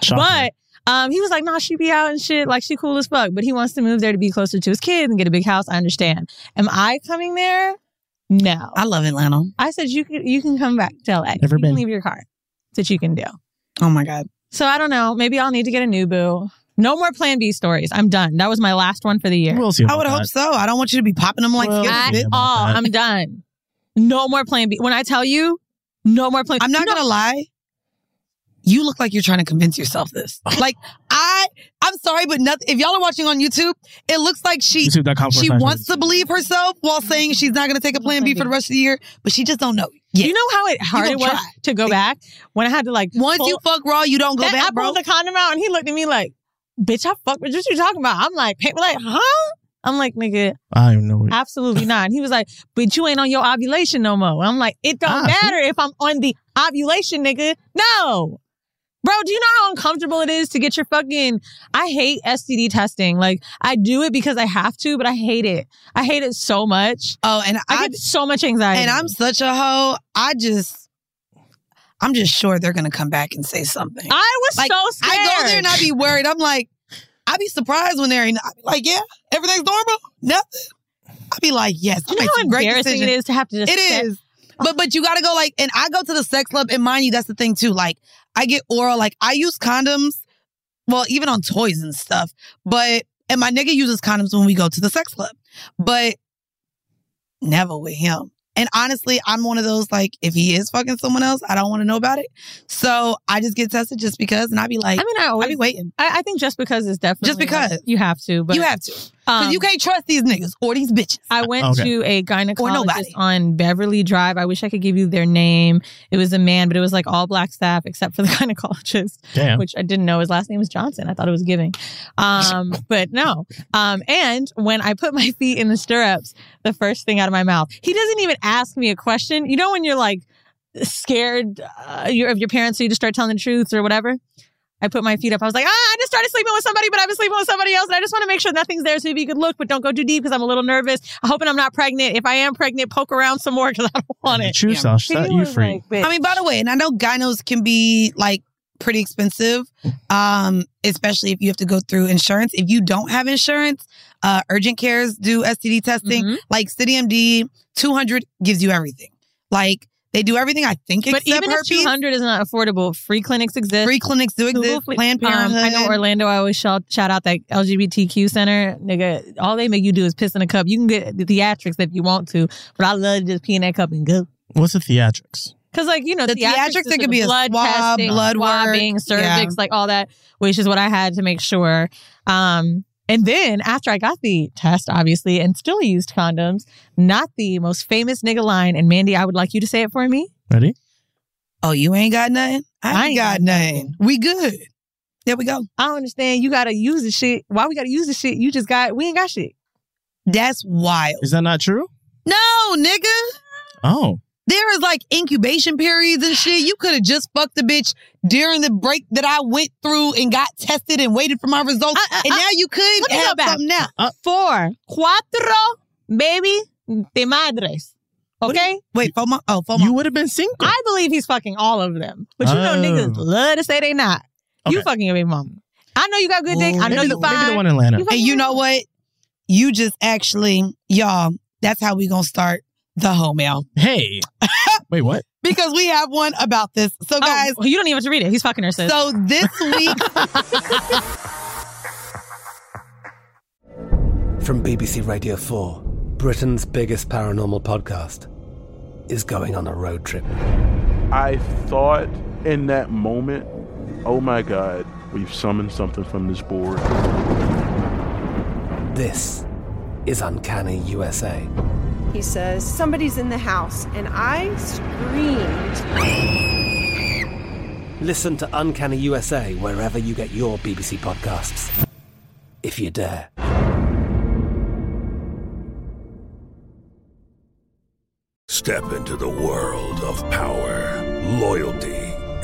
[SPEAKER 4] Shocking.
[SPEAKER 3] but. Um, he was like, nah, she be out and shit. Like, she cool as fuck. But he wants to move there to be closer to his kids and get a big house. I understand. Am I coming there? No.
[SPEAKER 2] I love Atlanta.
[SPEAKER 3] I said you can you can come back to LA.
[SPEAKER 4] Never
[SPEAKER 3] you
[SPEAKER 4] been.
[SPEAKER 3] Can leave your car. That's what you can do.
[SPEAKER 2] Oh my god.
[SPEAKER 3] So I don't know. Maybe I'll need to get a new boo. No more Plan B stories. I'm done. That was my last one for the year.
[SPEAKER 4] we'll see.
[SPEAKER 2] I would
[SPEAKER 4] about
[SPEAKER 2] hope so. I don't want you to be popping them like
[SPEAKER 4] Well,
[SPEAKER 2] Skittles,
[SPEAKER 4] I-
[SPEAKER 2] bitch.
[SPEAKER 3] At
[SPEAKER 4] about
[SPEAKER 3] all.
[SPEAKER 4] that.
[SPEAKER 3] I'm done. No more Plan B. When I tell you, no more Plan.
[SPEAKER 2] I'm not
[SPEAKER 3] You know-
[SPEAKER 2] gonna lie. You look like you're trying to convince yourself this. Like I, I'm sorry, but nothing. If y'all are watching on YouTube, it looks like she
[SPEAKER 4] that. YouTube.com
[SPEAKER 2] she
[SPEAKER 4] forward slash-
[SPEAKER 2] wants to believe herself while
[SPEAKER 3] Mm-hmm.
[SPEAKER 2] saying she's not gonna take a plan B for the rest of the year, but she just don't know yet.
[SPEAKER 3] You know how it hard
[SPEAKER 2] gonna
[SPEAKER 3] it was
[SPEAKER 2] try.
[SPEAKER 3] to go back when I had to like
[SPEAKER 2] Once you fuck raw, you don't go
[SPEAKER 3] that, I
[SPEAKER 2] back, bro.
[SPEAKER 3] pulled the condom out and he looked at me like, "Bitch, I fuck with what you talking about." I'm like, "Hey," like, huh? I'm like, nigga,
[SPEAKER 4] I don't know. what-
[SPEAKER 3] absolutely not. And he was like, but you ain't on your ovulation no more. I'm like, it don't
[SPEAKER 4] Ah, see?
[SPEAKER 3] matter if I'm on the ovulation, nigga. No. Bro, do you know how uncomfortable it is to get your fucking I hate STD testing. Like I do it because I have to, but I hate it. I hate it so much.
[SPEAKER 2] oh, and
[SPEAKER 3] I,
[SPEAKER 2] I
[SPEAKER 3] get so much anxiety.
[SPEAKER 2] and I'm such a hoe. I just, I'm just sure they're gonna come back and say something.
[SPEAKER 3] I was
[SPEAKER 2] Like,
[SPEAKER 3] so scared.
[SPEAKER 2] I go there and I be worried. I'm like, I be surprised when they're in, I be like, yeah, everything's normal. Nothing. I be like, yes,
[SPEAKER 3] do
[SPEAKER 2] I
[SPEAKER 3] you know
[SPEAKER 2] made
[SPEAKER 3] how
[SPEAKER 2] some great
[SPEAKER 3] embarrassing it
[SPEAKER 2] decisions.
[SPEAKER 3] is to have to just
[SPEAKER 2] It
[SPEAKER 3] sit-
[SPEAKER 2] is. But but you gotta go like, and I go to the sex club, and mind you, that's the thing too. Like I get oral, like I use condoms, well, even on toys and stuff. But and my nigga uses condoms when we go to the sex club. But never with him. And honestly, I'm one of those like, if he is fucking someone else, I don't want to know about it. So I just get tested just because, and I be like,
[SPEAKER 3] I
[SPEAKER 2] I
[SPEAKER 3] mean, I
[SPEAKER 2] will
[SPEAKER 3] always.
[SPEAKER 2] be waiting.
[SPEAKER 3] I, I think just because is definitely
[SPEAKER 2] Just because.
[SPEAKER 3] like, you have to, but
[SPEAKER 2] you have to, 'Cause
[SPEAKER 3] um,
[SPEAKER 2] you can't trust these niggas or these bitches.
[SPEAKER 3] I went
[SPEAKER 4] Okay.
[SPEAKER 3] to a gynecologist
[SPEAKER 2] nobody.
[SPEAKER 3] on Beverly Drive. I wish I could give you their name. It was a man, but it was like all black staff except for the gynecologist,
[SPEAKER 4] Damn.
[SPEAKER 3] which I didn't know his last name was Johnson. I thought it was Giving, um, but no. Um, and when I put my feet in the stirrups, the first thing out of my mouth, he doesn't even ask me a question. You know when you're like scared uh, your, of your parents, so you just start telling the truth or whatever. I put my feet up. I was like, ah, I just started sleeping with somebody, but I've been sleeping with somebody else. And I just want to make sure nothing's there. So maybe you could look, but don't go too deep because I'm a little nervous. I'm hoping I'm not pregnant. If I am pregnant, poke around some more because I don't want
[SPEAKER 4] You
[SPEAKER 3] it.
[SPEAKER 4] choose to set
[SPEAKER 3] He
[SPEAKER 4] you
[SPEAKER 3] was
[SPEAKER 4] free.
[SPEAKER 3] like, bitch.
[SPEAKER 2] I mean, by the way, and I know gynos can be like pretty expensive, um, especially if you have to go through insurance. If you don't have insurance, uh, urgent cares do STD testing.
[SPEAKER 3] Mhm.
[SPEAKER 2] Like CityMD, 200 gives you everything. Like they do everything, I think,
[SPEAKER 3] But
[SPEAKER 2] except
[SPEAKER 3] even if
[SPEAKER 2] herpes.
[SPEAKER 3] 200 is not affordable, free clinics exist.
[SPEAKER 2] Free clinics do
[SPEAKER 3] Google
[SPEAKER 2] exist.
[SPEAKER 3] Fle-
[SPEAKER 2] Planned
[SPEAKER 3] Um,
[SPEAKER 2] Parenthood.
[SPEAKER 3] I know Orlando. I always shout, shout out that LGBTQ center, nigga. All they make you do is piss in a cup. You can get the theatrics if you want to, but I love to just pee in that cup and go.
[SPEAKER 4] What's the theatrics?
[SPEAKER 3] Cause like you know,
[SPEAKER 2] The theatrics,
[SPEAKER 3] is
[SPEAKER 2] there could be a
[SPEAKER 3] blood
[SPEAKER 2] swab,
[SPEAKER 3] testing,
[SPEAKER 2] blood work,
[SPEAKER 3] swabbing, cervix,
[SPEAKER 2] yeah.
[SPEAKER 3] like all that, which is what I had to make sure. Um, and then after I got the test, obviously, and still used condoms, not the most famous nigga line. And Mandy, I would like you to say it for me.
[SPEAKER 4] Ready?
[SPEAKER 2] oh, you ain't got nothing? I ain't,
[SPEAKER 3] I ain't
[SPEAKER 2] got
[SPEAKER 3] got
[SPEAKER 2] nothing. We good. There we go.
[SPEAKER 3] I don't understand. You gotta use the shit. Why we gotta use the shit? You just got. We ain't got shit.
[SPEAKER 2] That's wild.
[SPEAKER 4] Is that not true?
[SPEAKER 2] No, nigga.
[SPEAKER 4] Oh.
[SPEAKER 2] There is like incubation periods and shit. You could have just fucked the bitch during the break that I went through and got tested and waited for my results.
[SPEAKER 3] I- I-
[SPEAKER 2] and
[SPEAKER 3] I-
[SPEAKER 2] now you could
[SPEAKER 3] Uh, Let me go
[SPEAKER 2] have
[SPEAKER 3] back.
[SPEAKER 2] something now.
[SPEAKER 4] Ah.
[SPEAKER 3] Four, cuatro, baby, de madres. Okay,
[SPEAKER 2] Wait, FOMO? Oh, FOMO.
[SPEAKER 4] You would have been single.
[SPEAKER 3] I believe he's fucking all of them, but you know
[SPEAKER 4] Oh.
[SPEAKER 3] niggas love to say they not. You
[SPEAKER 4] Okay.
[SPEAKER 3] fucking your baby mama. I know you got good dick.
[SPEAKER 2] Ooh,
[SPEAKER 3] I know you
[SPEAKER 4] maybe, the, maybe the
[SPEAKER 3] fine.
[SPEAKER 4] one in Atlanta.
[SPEAKER 3] You fucking
[SPEAKER 2] and you
[SPEAKER 3] your
[SPEAKER 2] know
[SPEAKER 3] baby
[SPEAKER 2] what? You just actually, y'all, that's how we gonna start the whole mail.
[SPEAKER 4] hey. Wait, what?
[SPEAKER 2] Because we have one about this. So
[SPEAKER 3] mama.
[SPEAKER 2] guys,
[SPEAKER 3] Oh, you don't even have to read it. He's fucking her sis.
[SPEAKER 2] so this week
[SPEAKER 5] From BBC Radio 4, Britain's biggest paranormal podcast is going on a road trip.
[SPEAKER 6] I thought in that moment, oh my God, we've summoned something from this board.
[SPEAKER 5] This is Uncanny USA.
[SPEAKER 7] He says, Somebody's in the house. And I screamed.
[SPEAKER 5] Listen to Uncanny USA wherever you get your BBC podcasts, if you dare.
[SPEAKER 8] Step into the world of power, loyalty,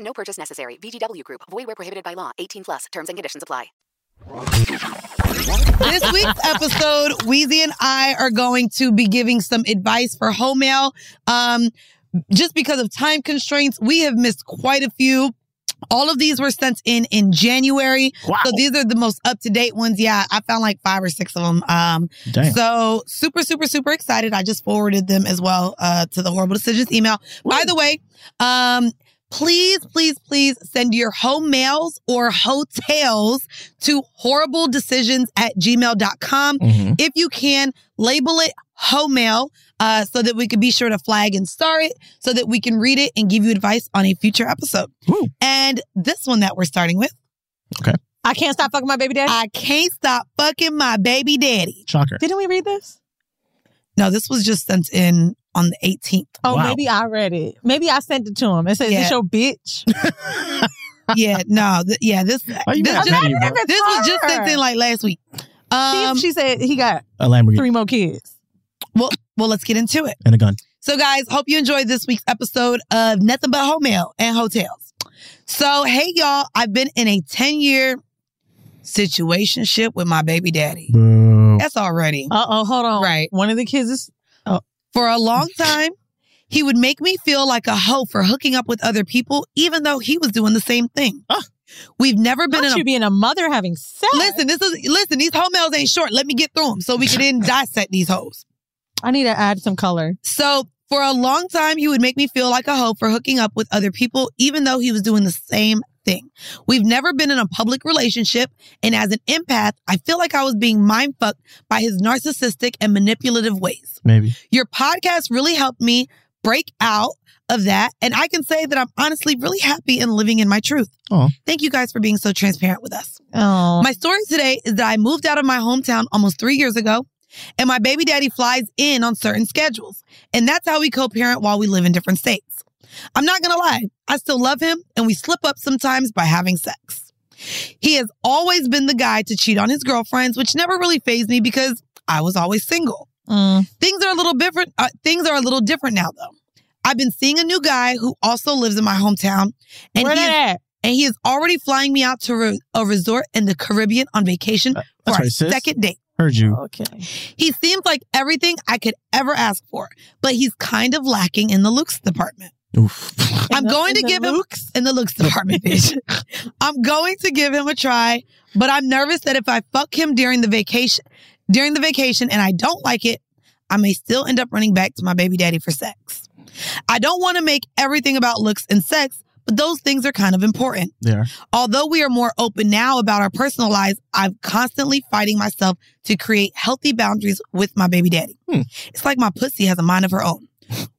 [SPEAKER 7] No purchase necessary. VGW Group. Void where prohibited by law. 18 plus. Terms and conditions apply.
[SPEAKER 2] this week's episode, Wheezy and I are going to be giving some advice for home mail. Um, just because of time constraints, we have missed quite a few. All of these were sent in in January.
[SPEAKER 4] Wow.
[SPEAKER 2] So these are the most up to date ones. Yeah, I found like five or six of them. Um,
[SPEAKER 4] Damn.
[SPEAKER 2] so super, super, super excited. I just forwarded them as well uh, to the Horrible Decisions email. By the way, um, please, please, please send your home mails or hotels to horribledecisions at gmail.com.
[SPEAKER 4] Mhm.
[SPEAKER 2] If you can, label it home mail uh, so that we can be sure to flag and star it so that we can read it and give you advice on a future episode.
[SPEAKER 4] Ooh.
[SPEAKER 2] And this one that we're starting with,
[SPEAKER 3] I can't stop fucking my baby daddy.
[SPEAKER 2] I can't stop fucking my baby daddy.
[SPEAKER 4] Shocker.
[SPEAKER 3] Didn't we read this?
[SPEAKER 2] No, this was just sent in on the 18th.
[SPEAKER 3] Oh,
[SPEAKER 4] Wow.
[SPEAKER 3] maybe I read it. Maybe I sent it to him. It says, "Is
[SPEAKER 2] Yeah.
[SPEAKER 3] this your bitch?"
[SPEAKER 2] yeah, no, th- yeah, this
[SPEAKER 4] Why you
[SPEAKER 2] this,
[SPEAKER 4] mad
[SPEAKER 2] just-
[SPEAKER 4] at me, bro?
[SPEAKER 2] this was just
[SPEAKER 3] her.
[SPEAKER 2] sent in like last week. Um,
[SPEAKER 3] she said he got
[SPEAKER 4] A Lamborghini
[SPEAKER 3] three more kids.
[SPEAKER 2] well, well, let's get into it.
[SPEAKER 4] and a gun.
[SPEAKER 2] So, guys, hope you enjoyed this week's episode of Nothing But Home Mail and Hotels. So, hey, y'all, I've been in a 10 year situationship with my baby daddy.
[SPEAKER 4] Boo.
[SPEAKER 2] That's already
[SPEAKER 3] Uh oh, hold on.
[SPEAKER 2] Right.
[SPEAKER 3] One of the kids is
[SPEAKER 2] for a long time. He would make me feel like a hoe for hooking up with other people, even though he was doing the same thing.
[SPEAKER 4] Ah.
[SPEAKER 2] We've never been
[SPEAKER 3] Not
[SPEAKER 2] in a,
[SPEAKER 3] you being a mother having sex.
[SPEAKER 2] Listen, this is listen. These hoe males ain't short. Let me get through them so we can then dissect these hoes.
[SPEAKER 3] I need to add some color.
[SPEAKER 2] So for a long time, he would make me feel like a hoe for hooking up with other people, even though he was doing the same thing. We've never been in a public relationship, and as an empath, I feel like I was being mind fucked by his narcissistic and manipulative ways.
[SPEAKER 4] Maybe.
[SPEAKER 2] Your podcast really helped me break out of that, and I can say that I'm honestly really happy and living in my truth.
[SPEAKER 4] Oh.
[SPEAKER 2] Thank you guys for being so transparent with us.
[SPEAKER 3] Oh.
[SPEAKER 2] My story today is that I moved out of my hometown almost three years ago, and my baby daddy flies in on certain schedules. And that's how we co parent while we live in different states. I'm not gonna lie, I still love him, and we slip up sometimes by having sex. He has always been the guy to cheat on his girlfriends, which never really phased me because I was always single.
[SPEAKER 3] Mm.
[SPEAKER 2] Things are a little different. Uh, things are a little different now, though. I've been seeing a new guy who also lives in my hometown, and
[SPEAKER 3] Where
[SPEAKER 2] he
[SPEAKER 3] that
[SPEAKER 2] is,
[SPEAKER 3] at?
[SPEAKER 2] and he is already flying me out to re- a resort in the Caribbean on vacation for
[SPEAKER 4] That's
[SPEAKER 2] our
[SPEAKER 4] right, sis.
[SPEAKER 2] second date.
[SPEAKER 4] Heard you.
[SPEAKER 3] Okay.
[SPEAKER 2] He seems like everything I could ever ask for, but he's kind of lacking in the looks department. I'm
[SPEAKER 3] the- in
[SPEAKER 2] going to
[SPEAKER 3] the
[SPEAKER 2] give him in the looks department, bitch. I'm going to give him a try, but I'm nervous that if I fuck him during the vacation, during the vacation, and I don't like it, I may still end up running back to my baby daddy for sex. I don't want to make everything about looks and sex, but those things are kind of important.
[SPEAKER 4] There.
[SPEAKER 2] Although we are more open now about our personal lives, I'm constantly fighting myself to create healthy boundaries with my baby daddy. It's like my pussy has a mind of her own.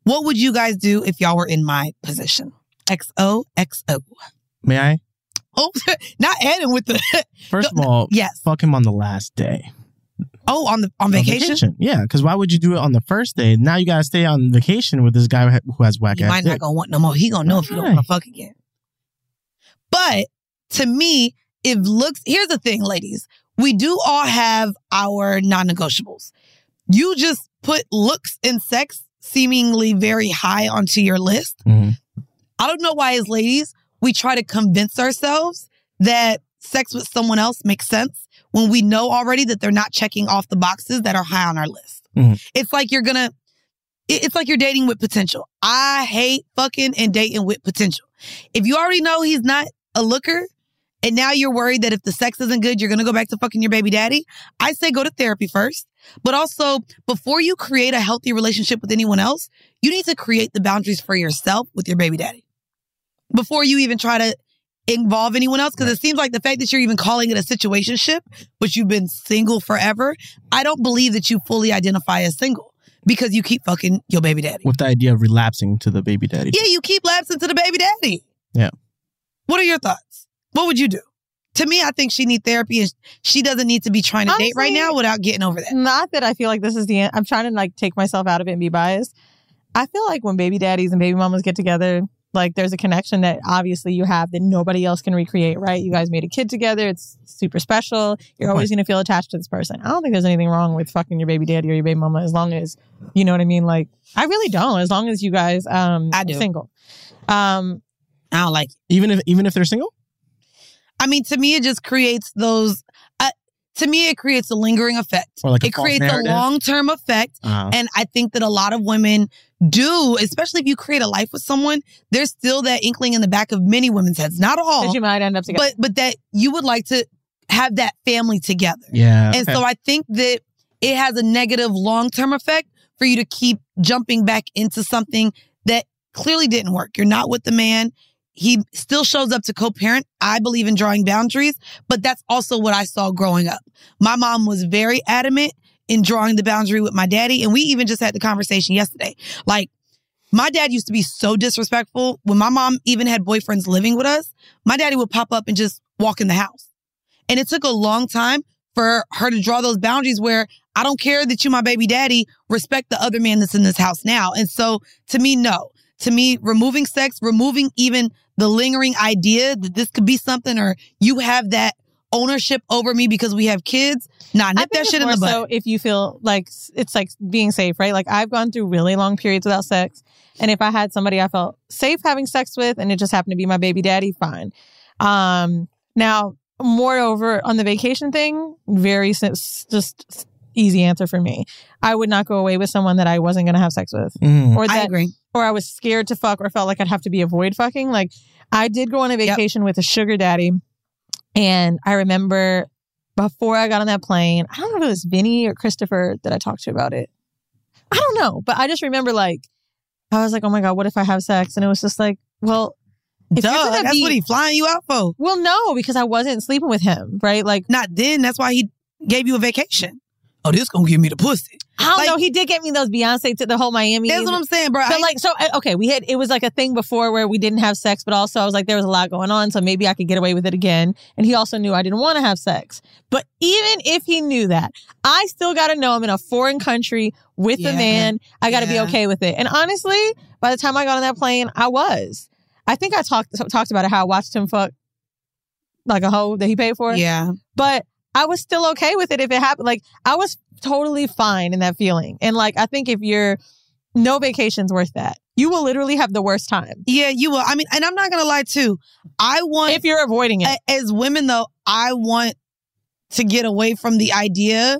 [SPEAKER 2] What would you guys do if y'all were in my position? XOXO.
[SPEAKER 4] May I?
[SPEAKER 2] Oh, not adding with the
[SPEAKER 4] First of all,
[SPEAKER 2] yes.
[SPEAKER 4] fuck him on the last day.
[SPEAKER 2] oh on the on
[SPEAKER 4] On
[SPEAKER 2] vacation.
[SPEAKER 4] Yeah, because why would you do it on the first day? Now you got to stay on vacation with this guy who has whack
[SPEAKER 2] You
[SPEAKER 4] ass.
[SPEAKER 2] might not
[SPEAKER 4] dick.
[SPEAKER 2] gonna want no more. He gonna know if you don't
[SPEAKER 4] Right.
[SPEAKER 2] want to fuck again. But to me, if looks here's the thing, ladies, we do all have our non-negotiables. You just put looks and sex seemingly very high onto your list.
[SPEAKER 4] Mm-hmm.
[SPEAKER 2] I don't know why, as ladies, we try to convince ourselves that sex with someone else makes sense when we know already that they're not checking off the boxes that are high on our list.
[SPEAKER 4] Mhm.
[SPEAKER 2] It's like you're gonna, it- it's like you're dating with potential. I hate fucking and dating with potential. If you already know he's not a looker, and now you're worried that if the sex isn't good, you're gonna go back to fucking your baby daddy. I say go to therapy first. But also, before you create a healthy relationship with anyone else, you need to create the boundaries for yourself with your baby daddy before you even try to involve anyone else because it seems like the fact that you're even calling it a situationship but you've been single forever i don't believe that you fully identify as single because you keep fucking your baby daddy
[SPEAKER 4] With the idea of relapsing to the baby daddy.
[SPEAKER 2] yeah you keep lapsing to the baby daddy
[SPEAKER 4] Yeah.
[SPEAKER 2] what are your thoughts what would you do to me i think she need therapy and she doesn't need to be trying to date right now without getting over that
[SPEAKER 3] Not that I feel like this is the end. I'm trying to like take myself out of it and be biased. I feel like when baby daddies and baby mamas get together, like there's a connection that obviously you have that nobody else can recreate, right? You guys made a kid together. It's super special. You're always going to feel attached to this person. I don't think there's anything wrong with fucking your baby daddy or your baby mama as long as, you know what I mean? Like, I really don't, as long as you guys um, I
[SPEAKER 2] do.
[SPEAKER 3] are single. Um,
[SPEAKER 2] I don't like
[SPEAKER 4] even if even if they're single.
[SPEAKER 2] I mean, to me, it just creates those. Uh, to me, it creates a lingering effect.
[SPEAKER 4] Or like a
[SPEAKER 2] it
[SPEAKER 4] false
[SPEAKER 2] creates
[SPEAKER 4] narrative?
[SPEAKER 2] a long term effect,
[SPEAKER 4] Uh-huh.
[SPEAKER 2] and I think that a lot of women do, especially if you create a life with someone. There's still that inkling in the back of many women's heads, not all,
[SPEAKER 3] That you might end up together.
[SPEAKER 2] but but that you would like to have that family together.
[SPEAKER 4] Yeah,
[SPEAKER 2] and
[SPEAKER 4] okay.
[SPEAKER 2] so I think that it has a negative long term effect for you to keep jumping back into something that clearly didn't work. You're not with the man. He still shows up to co parent. I believe in drawing boundaries, but that's also what I saw growing up. My mom was very adamant in drawing the boundary with my daddy. And we even just had the conversation yesterday. Like, my dad used to be so disrespectful. When my mom even had boyfriends living with us, my daddy would pop up and just walk in the house. And it took a long time for her to draw those boundaries where I don't care that you my baby daddy, respect the other man that's in this house now. And so to me, no. To me, removing sex, removing even the lingering idea that this could be something or you have that ownership over me because we have kids. Nah, nip that
[SPEAKER 3] it's
[SPEAKER 2] shit in
[SPEAKER 3] more
[SPEAKER 2] the butt.
[SPEAKER 3] So if you feel like s- it's like being safe, right? Like I've gone through really long periods without sex, and if I had somebody I felt safe having sex with, and it just happened to be my baby daddy, fine. Um, now, moreover, on the vacation thing, very s- s- just easy answer for me. I would not go away with someone that I wasn't going to have sex with,
[SPEAKER 4] Mhm.
[SPEAKER 3] or
[SPEAKER 4] I
[SPEAKER 3] that, or I was scared to fuck, or felt like I'd have to be avoid fucking. Like I did go on a vacation with a sugar daddy, and I remember before I got on that plane, I don't know if it was Vinny or Christopher that I talked to about it. I don't know, but I just remember like I was like, oh my god, what if I have sex? And it was just like, well, if
[SPEAKER 2] Duh, that's what he
[SPEAKER 3] flying you out for. Well, no, because I wasn't sleeping with him, right? Like not then. That's why he gave you a vacation.
[SPEAKER 2] Oh, this gonna give me the pussy.
[SPEAKER 3] I don't know. He did get me those Beyonce to the whole Miami.
[SPEAKER 2] That's what I'm saying, bro.
[SPEAKER 3] But
[SPEAKER 2] I-
[SPEAKER 3] like, so I- okay, we had it was like a thing before where we didn't have sex, but also I was like there was a lot going on, so maybe I could get away with it again. And he also knew I didn't want to have sex. But even if he knew that, I still got to know I'm in a foreign country with a man. I got to
[SPEAKER 9] Yeah.
[SPEAKER 3] be okay with it. And honestly, by the time I got on that plane, I was. I think I talked talked about it how I watched him fuck like a hoe that he paid for.
[SPEAKER 2] Yeah.
[SPEAKER 3] But I was still okay with it if it happened. Like I was totally fine in that feeling. And like I think if you're no vacation's worth that. You will literally have the worst time.
[SPEAKER 2] Yeah, you will. I mean, and I'm not gonna lie too. I want
[SPEAKER 3] if you're avoiding it.
[SPEAKER 2] As women though, I want to get away from the idea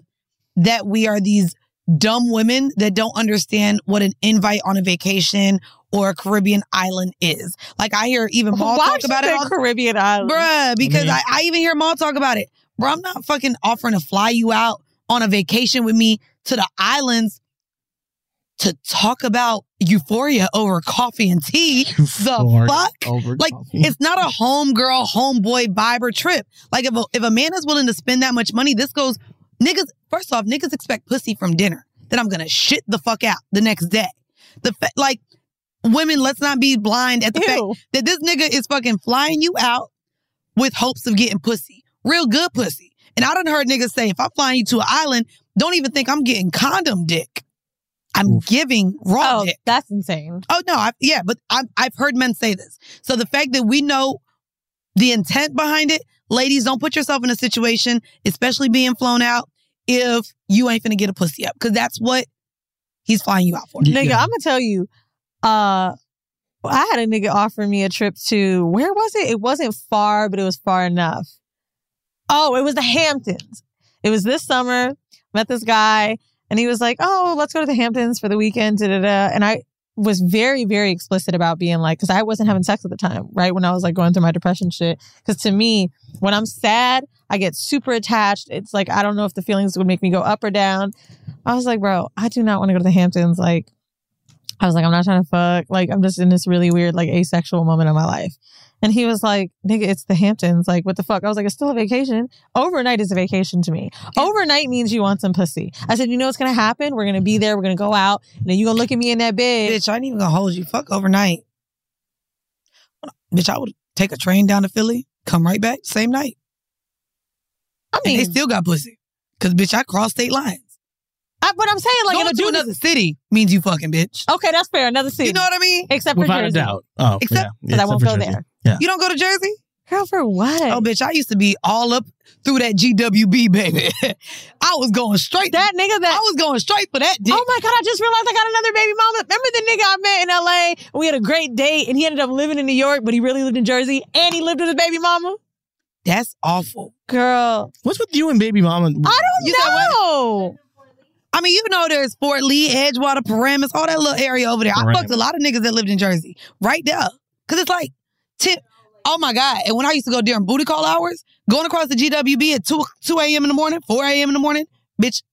[SPEAKER 2] that we are these dumb women that don't understand what an invite on a vacation or a Caribbean island is. Like I hear even Maul
[SPEAKER 3] Why
[SPEAKER 2] talk
[SPEAKER 3] she
[SPEAKER 2] about it.
[SPEAKER 3] said
[SPEAKER 2] all-
[SPEAKER 3] Caribbean island?
[SPEAKER 2] bruh. Because
[SPEAKER 3] Mhm.
[SPEAKER 2] I, I even hear Maul talk about it. Bro, I'm not fucking offering to fly you out on a vacation with me to the islands to talk about euphoria over coffee and tea. the
[SPEAKER 9] Euphoria
[SPEAKER 2] fuck?
[SPEAKER 9] over
[SPEAKER 2] like
[SPEAKER 9] coffee.
[SPEAKER 2] it's not a homegirl, homeboy vibe or trip. Like if a, if a man is willing to spend that much money, this goes niggas. First off, niggas expect pussy from dinner. Then I'm gonna shit the fuck out the next day. The fa- like women, let's not be blind at the fact that this nigga is fucking flying you out with hopes of getting pussy, real good pussy. And I done heard niggas say, if I'm flying you to an island, don't even think I'm getting condom dick. I'm giving raw dick.
[SPEAKER 3] That's insane.
[SPEAKER 2] Oh no, I, yeah, but I, I've heard men say this. So the fact that we know the intent behind it, ladies, don't put yourself in a situation, especially being flown out, if you ain't finna get a pussy up, because that's what he's flying you out for.
[SPEAKER 3] Nigga, I'm gonna tell you, uh I had a nigga offer me a trip to where was it? It wasn't far, but it was far enough. Oh, it was the Hamptons. It was this summer. Met this guy, and he was like, "Oh, let's go to the Hamptons for the weekend." Da da da. And I was very, very explicit about being like, because I wasn't having sex at the time, right? When I was like going through my depression shit. Because to me, when I'm sad, I get super attached. It's like I don't know if the feelings would make me go up or down. I was like, bro, I do not want to go to the Hamptons. Like, I was like, I'm not trying to fuck. Like, I'm just in this really weird, like, asexual moment of my life. And he was like, nigga, it's the Hamptons. Like, what the fuck? I was like, it's still a vacation. Overnight is a vacation to me. Overnight means you want some pussy. I said, you know what's going to happen? We're going to be there. We're going to go out. And then you going to look at me in that bed.
[SPEAKER 2] Bitch, I ain't even gonna hold you. Fuck overnight. Bitch, I would take a train down to Philly, come right back same night.
[SPEAKER 3] I
[SPEAKER 2] mean, they still got pussy, cause bitch, I cross state lines.
[SPEAKER 3] I, but I'm saying, like,
[SPEAKER 2] Going
[SPEAKER 3] if a
[SPEAKER 2] to
[SPEAKER 3] dude
[SPEAKER 2] another city means you fucking bitch.
[SPEAKER 3] Okay, that's fair. Another city.
[SPEAKER 2] You know what I mean?
[SPEAKER 3] Except
[SPEAKER 4] Without a doubt. Oh,
[SPEAKER 2] Except-
[SPEAKER 4] yeah. Yeah,
[SPEAKER 2] But I won't
[SPEAKER 4] except for
[SPEAKER 2] go
[SPEAKER 4] Jersey.
[SPEAKER 2] there.
[SPEAKER 4] Yeah.
[SPEAKER 2] You don't go to Jersey?
[SPEAKER 3] Girl, for what?
[SPEAKER 2] Oh, bitch, I used to be all up through that GWB, baby. I was going straight.
[SPEAKER 3] That nigga that.
[SPEAKER 2] I was going straight for that dick.
[SPEAKER 3] Oh my god, I just realized I got another baby mama. Remember the nigga I met in LA? and We had a great date and he ended up living in New York, but he really lived in Jersey and he lived with his baby mama.
[SPEAKER 2] That's awful.
[SPEAKER 3] Girl.
[SPEAKER 4] What's with you and baby mama? I don't
[SPEAKER 3] know.
[SPEAKER 2] I mean, you know, there's Fort Lee, Edgewater, Paramus, all that little area over there. I
[SPEAKER 4] Paramus.
[SPEAKER 2] fucked a lot of niggas that lived in Jersey right there. Cause it's like, tip. Oh my God. And when I used to go during booty call hours, going across the GWB at 2, 2 a.m. in the morning, 4 a.m. in the morning, bitch,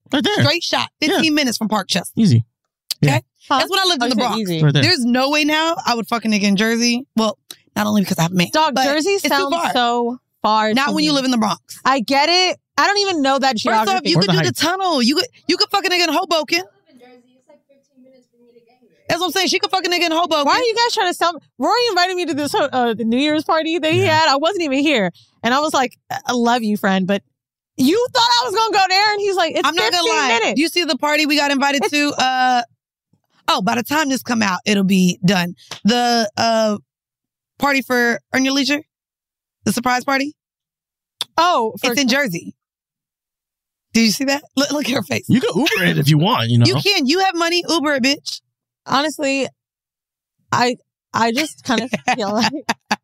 [SPEAKER 2] straight shot, 15 minutes from Park Chester.
[SPEAKER 4] Easy.
[SPEAKER 2] Okay. That's when I lived
[SPEAKER 3] Oh,
[SPEAKER 2] in the
[SPEAKER 3] you said
[SPEAKER 2] Bronx.
[SPEAKER 3] easy. Right there.
[SPEAKER 2] There's no way now I would fuck a nigga in Jersey. Well, not only because I've made
[SPEAKER 3] Dog, Jersey sounds so far.
[SPEAKER 2] Not
[SPEAKER 3] to
[SPEAKER 2] when you
[SPEAKER 3] me.
[SPEAKER 2] live in the Bronx.
[SPEAKER 3] I get it. I don't even know that
[SPEAKER 2] First off,
[SPEAKER 3] geography.
[SPEAKER 2] you could do the tunnel. You could you could fuck a nigga in Hoboken. That's what I'm saying. She could fuck a nigga in Hoboken.
[SPEAKER 3] Why are you guys trying to sell me? Rory invited me to this uh, the New Year's party that he had. I wasn't even here. And I was like, I I love you, friend, but you thought I was going to go there. And he's like, it's
[SPEAKER 2] I'm not gonna
[SPEAKER 3] 15
[SPEAKER 2] lie.
[SPEAKER 3] minutes.
[SPEAKER 2] You see the party we got invited to? Uh, oh, by the time this come out, it'll be done. The uh party for Earn Your Leisure, the surprise party.
[SPEAKER 3] Oh,
[SPEAKER 2] it's in Jersey. Did you see that? Look, look at her face.
[SPEAKER 4] You can Uber it if you want, you know.
[SPEAKER 2] You can. You have money. Uber, it, bitch.
[SPEAKER 3] Honestly, I I just kind of feel like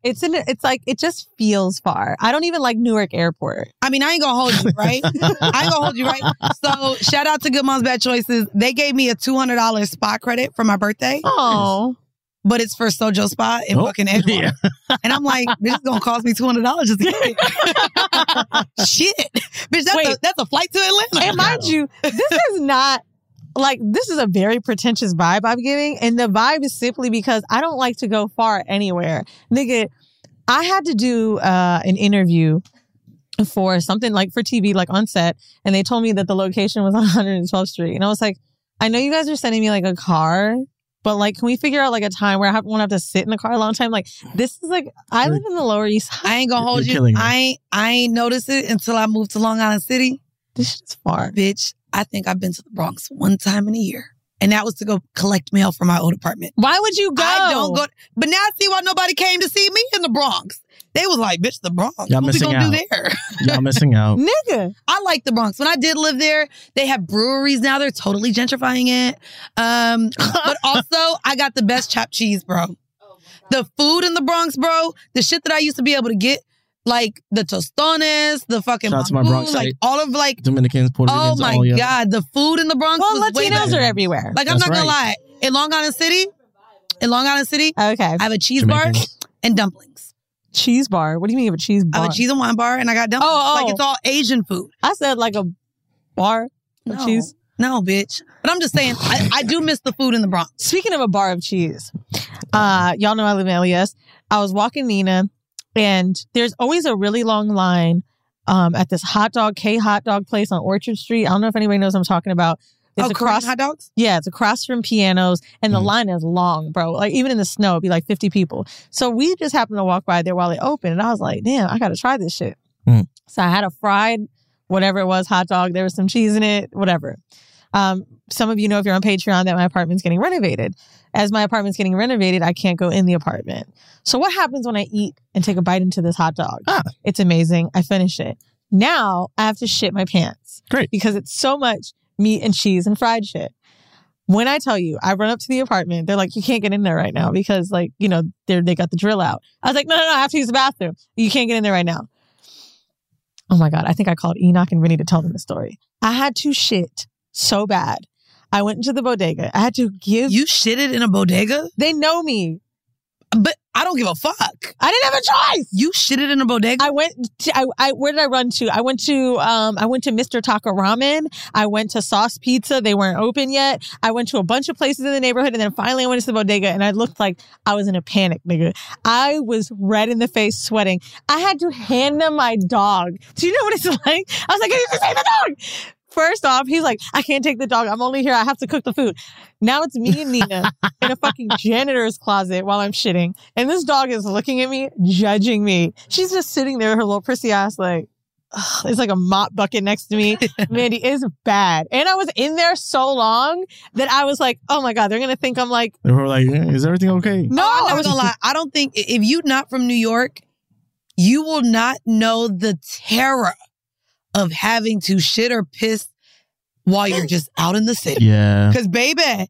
[SPEAKER 3] it's in. It's like it just feels far. I don't even like Newark Airport.
[SPEAKER 2] I mean, I ain't gonna hold you, right? I ain't gonna hold you, right? So shout out to Good Moms Bad Choices. They gave me a two hundred dollars spa credit for my birthday.
[SPEAKER 3] Oh.
[SPEAKER 2] But it's for Sojo Spa in
[SPEAKER 3] Oh,
[SPEAKER 2] fucking Edgewater. And I'm like, this is gonna cost me two hundred dollars just to get it. Shit. Bitch, that's, a, that's a flight to Atlanta.
[SPEAKER 3] And mind you, this is not like this is a very pretentious vibe I'm giving, and the vibe is simply because I don't like to go far anywhere, nigga. I had to do uh, an interview for something like for TV, like on set, and they told me that the location was on 112th Street, and I was like, I know you guys are sending me like a car. But like, can we figure out like a time where I have, won't have to sit in the car a long time? Like, this is like I live in the Lower East. Side.
[SPEAKER 2] I ain't gonna hold
[SPEAKER 3] You're
[SPEAKER 2] you.
[SPEAKER 3] killing me.
[SPEAKER 2] I ain't I ain't noticed it until I moved to Long Island City.
[SPEAKER 3] This shit's far.
[SPEAKER 2] Bitch, I think I've been to the Bronx one time in a year. And that was to go collect mail from my old apartment.
[SPEAKER 3] Why would you go?
[SPEAKER 2] I don't go. But now I see why nobody came to see me in the Bronx. They was like, bitch, the Bronx.
[SPEAKER 4] Y'all
[SPEAKER 2] what
[SPEAKER 4] missing
[SPEAKER 2] we gonna
[SPEAKER 4] out.
[SPEAKER 2] do there?
[SPEAKER 4] Y'all missing out.
[SPEAKER 3] Nigga.
[SPEAKER 2] I like the Bronx. When I did live there, they have breweries now. They're totally gentrifying it. Um, but also, I got the best chopped cheese,
[SPEAKER 3] Oh,
[SPEAKER 2] bro. The food in the Bronx, bro. The shit that I used to be able to get, like the tostones, the fucking
[SPEAKER 4] Shout out to my
[SPEAKER 2] mamou,
[SPEAKER 4] Bronx
[SPEAKER 2] like
[SPEAKER 4] state.
[SPEAKER 3] eh?
[SPEAKER 2] all of like.
[SPEAKER 4] Dominicans, Puerto
[SPEAKER 2] Oh
[SPEAKER 4] Ricans,
[SPEAKER 2] my
[SPEAKER 4] all y'all.
[SPEAKER 2] god, the food in the Bronx.
[SPEAKER 3] Well,
[SPEAKER 2] was way
[SPEAKER 3] Latinos
[SPEAKER 2] better.
[SPEAKER 3] are everywhere.
[SPEAKER 2] Like I'm
[SPEAKER 3] That's
[SPEAKER 2] not gonna
[SPEAKER 3] right.
[SPEAKER 2] lie, in Long Island City, in Long Island City,
[SPEAKER 3] okay, I
[SPEAKER 2] have a cheese bar
[SPEAKER 3] Jamaicans.
[SPEAKER 2] and dumplings.
[SPEAKER 3] Cheese bar. What do you mean you have a cheese
[SPEAKER 2] I
[SPEAKER 3] bar?
[SPEAKER 2] have a cheese and wine bar, and I got dumplings.
[SPEAKER 3] Oh, oh.
[SPEAKER 2] Like it's all Asian food.
[SPEAKER 3] I said like a bar of
[SPEAKER 2] No.
[SPEAKER 3] cheese.
[SPEAKER 2] No, bitch. But I'm just saying, I, I do miss the food in the Bronx.
[SPEAKER 3] Speaking of a bar of cheese, uh, y'all know I live in LES. I was walking Nina, and there's always a really long line um, at this hot dog K hot dog place on Orchard Street. I don't know if anybody knows what I'm talking about. It's
[SPEAKER 2] Oh, Korean hot dogs?
[SPEAKER 3] Yeah, it's across from pianos, and the line is long, bro. Like even in the snow, it'd be like 50 people. So we just happened to walk by there while it opened, and I was like, damn, I gotta try this shit.
[SPEAKER 2] Hmm.
[SPEAKER 3] So I had a fried, whatever it was, hot dog. There was some cheese in it, whatever. Um, some of you know if you're on Patreon that my apartment's getting renovated. As my apartment's getting renovated, I can't go in the apartment. So what happens when I eat and take a bite into this hot dog?
[SPEAKER 2] Ah.
[SPEAKER 3] It's amazing. I finish it. Now I have to shit my pants.
[SPEAKER 4] Great.
[SPEAKER 3] Because it's so much meat and cheese and fried shit. When I tell you, I run up to the apartment. They're like, "You can't get in there right now because, like, you know, they they got the drill out." I was like, "No, no, no! I have to use the bathroom. You can't get in there right now." Oh my God. I think I called Enoch and Vinny to tell them the story. I had to shit so bad. I went into the bodega. I had to give.
[SPEAKER 2] You shitted in a bodega?
[SPEAKER 3] They know me.
[SPEAKER 2] But I don't give a fuck.
[SPEAKER 3] I didn't have a choice.
[SPEAKER 2] You shitted in a bodega.
[SPEAKER 3] I went to, I, I, where did I run to? I went to, um, I went to Mr. Taka Ramen. I went to Sauce Pizza. They weren't open yet. I went to a bunch of places in the neighborhood and then finally I went to the bodega and I looked like I was in a panic, nigga. I was red in the face, sweating. I had to hand them my dog. Do you know what it's like? I was like, I need to save the dog. First off, he's like, I can't take the dog. I'm only here. I have to cook the food. Now it's me and Nina in a fucking janitor's closet while I'm shitting. And this dog is looking at me, judging me. She's just sitting there, her little prissy ass, like, ugh, it's like a mop bucket next to me. Mandy is bad. And I was in there so long that I was like, oh my God, they're going to think I'm like,
[SPEAKER 4] They were like, "Eh, is everything okay?
[SPEAKER 2] No, Oh, I'm never gonna lie. I don't think i- if you not from New York, you will not know the terror of having to shit or piss while you're just out in the city.
[SPEAKER 4] Yeah.
[SPEAKER 2] Cause baby,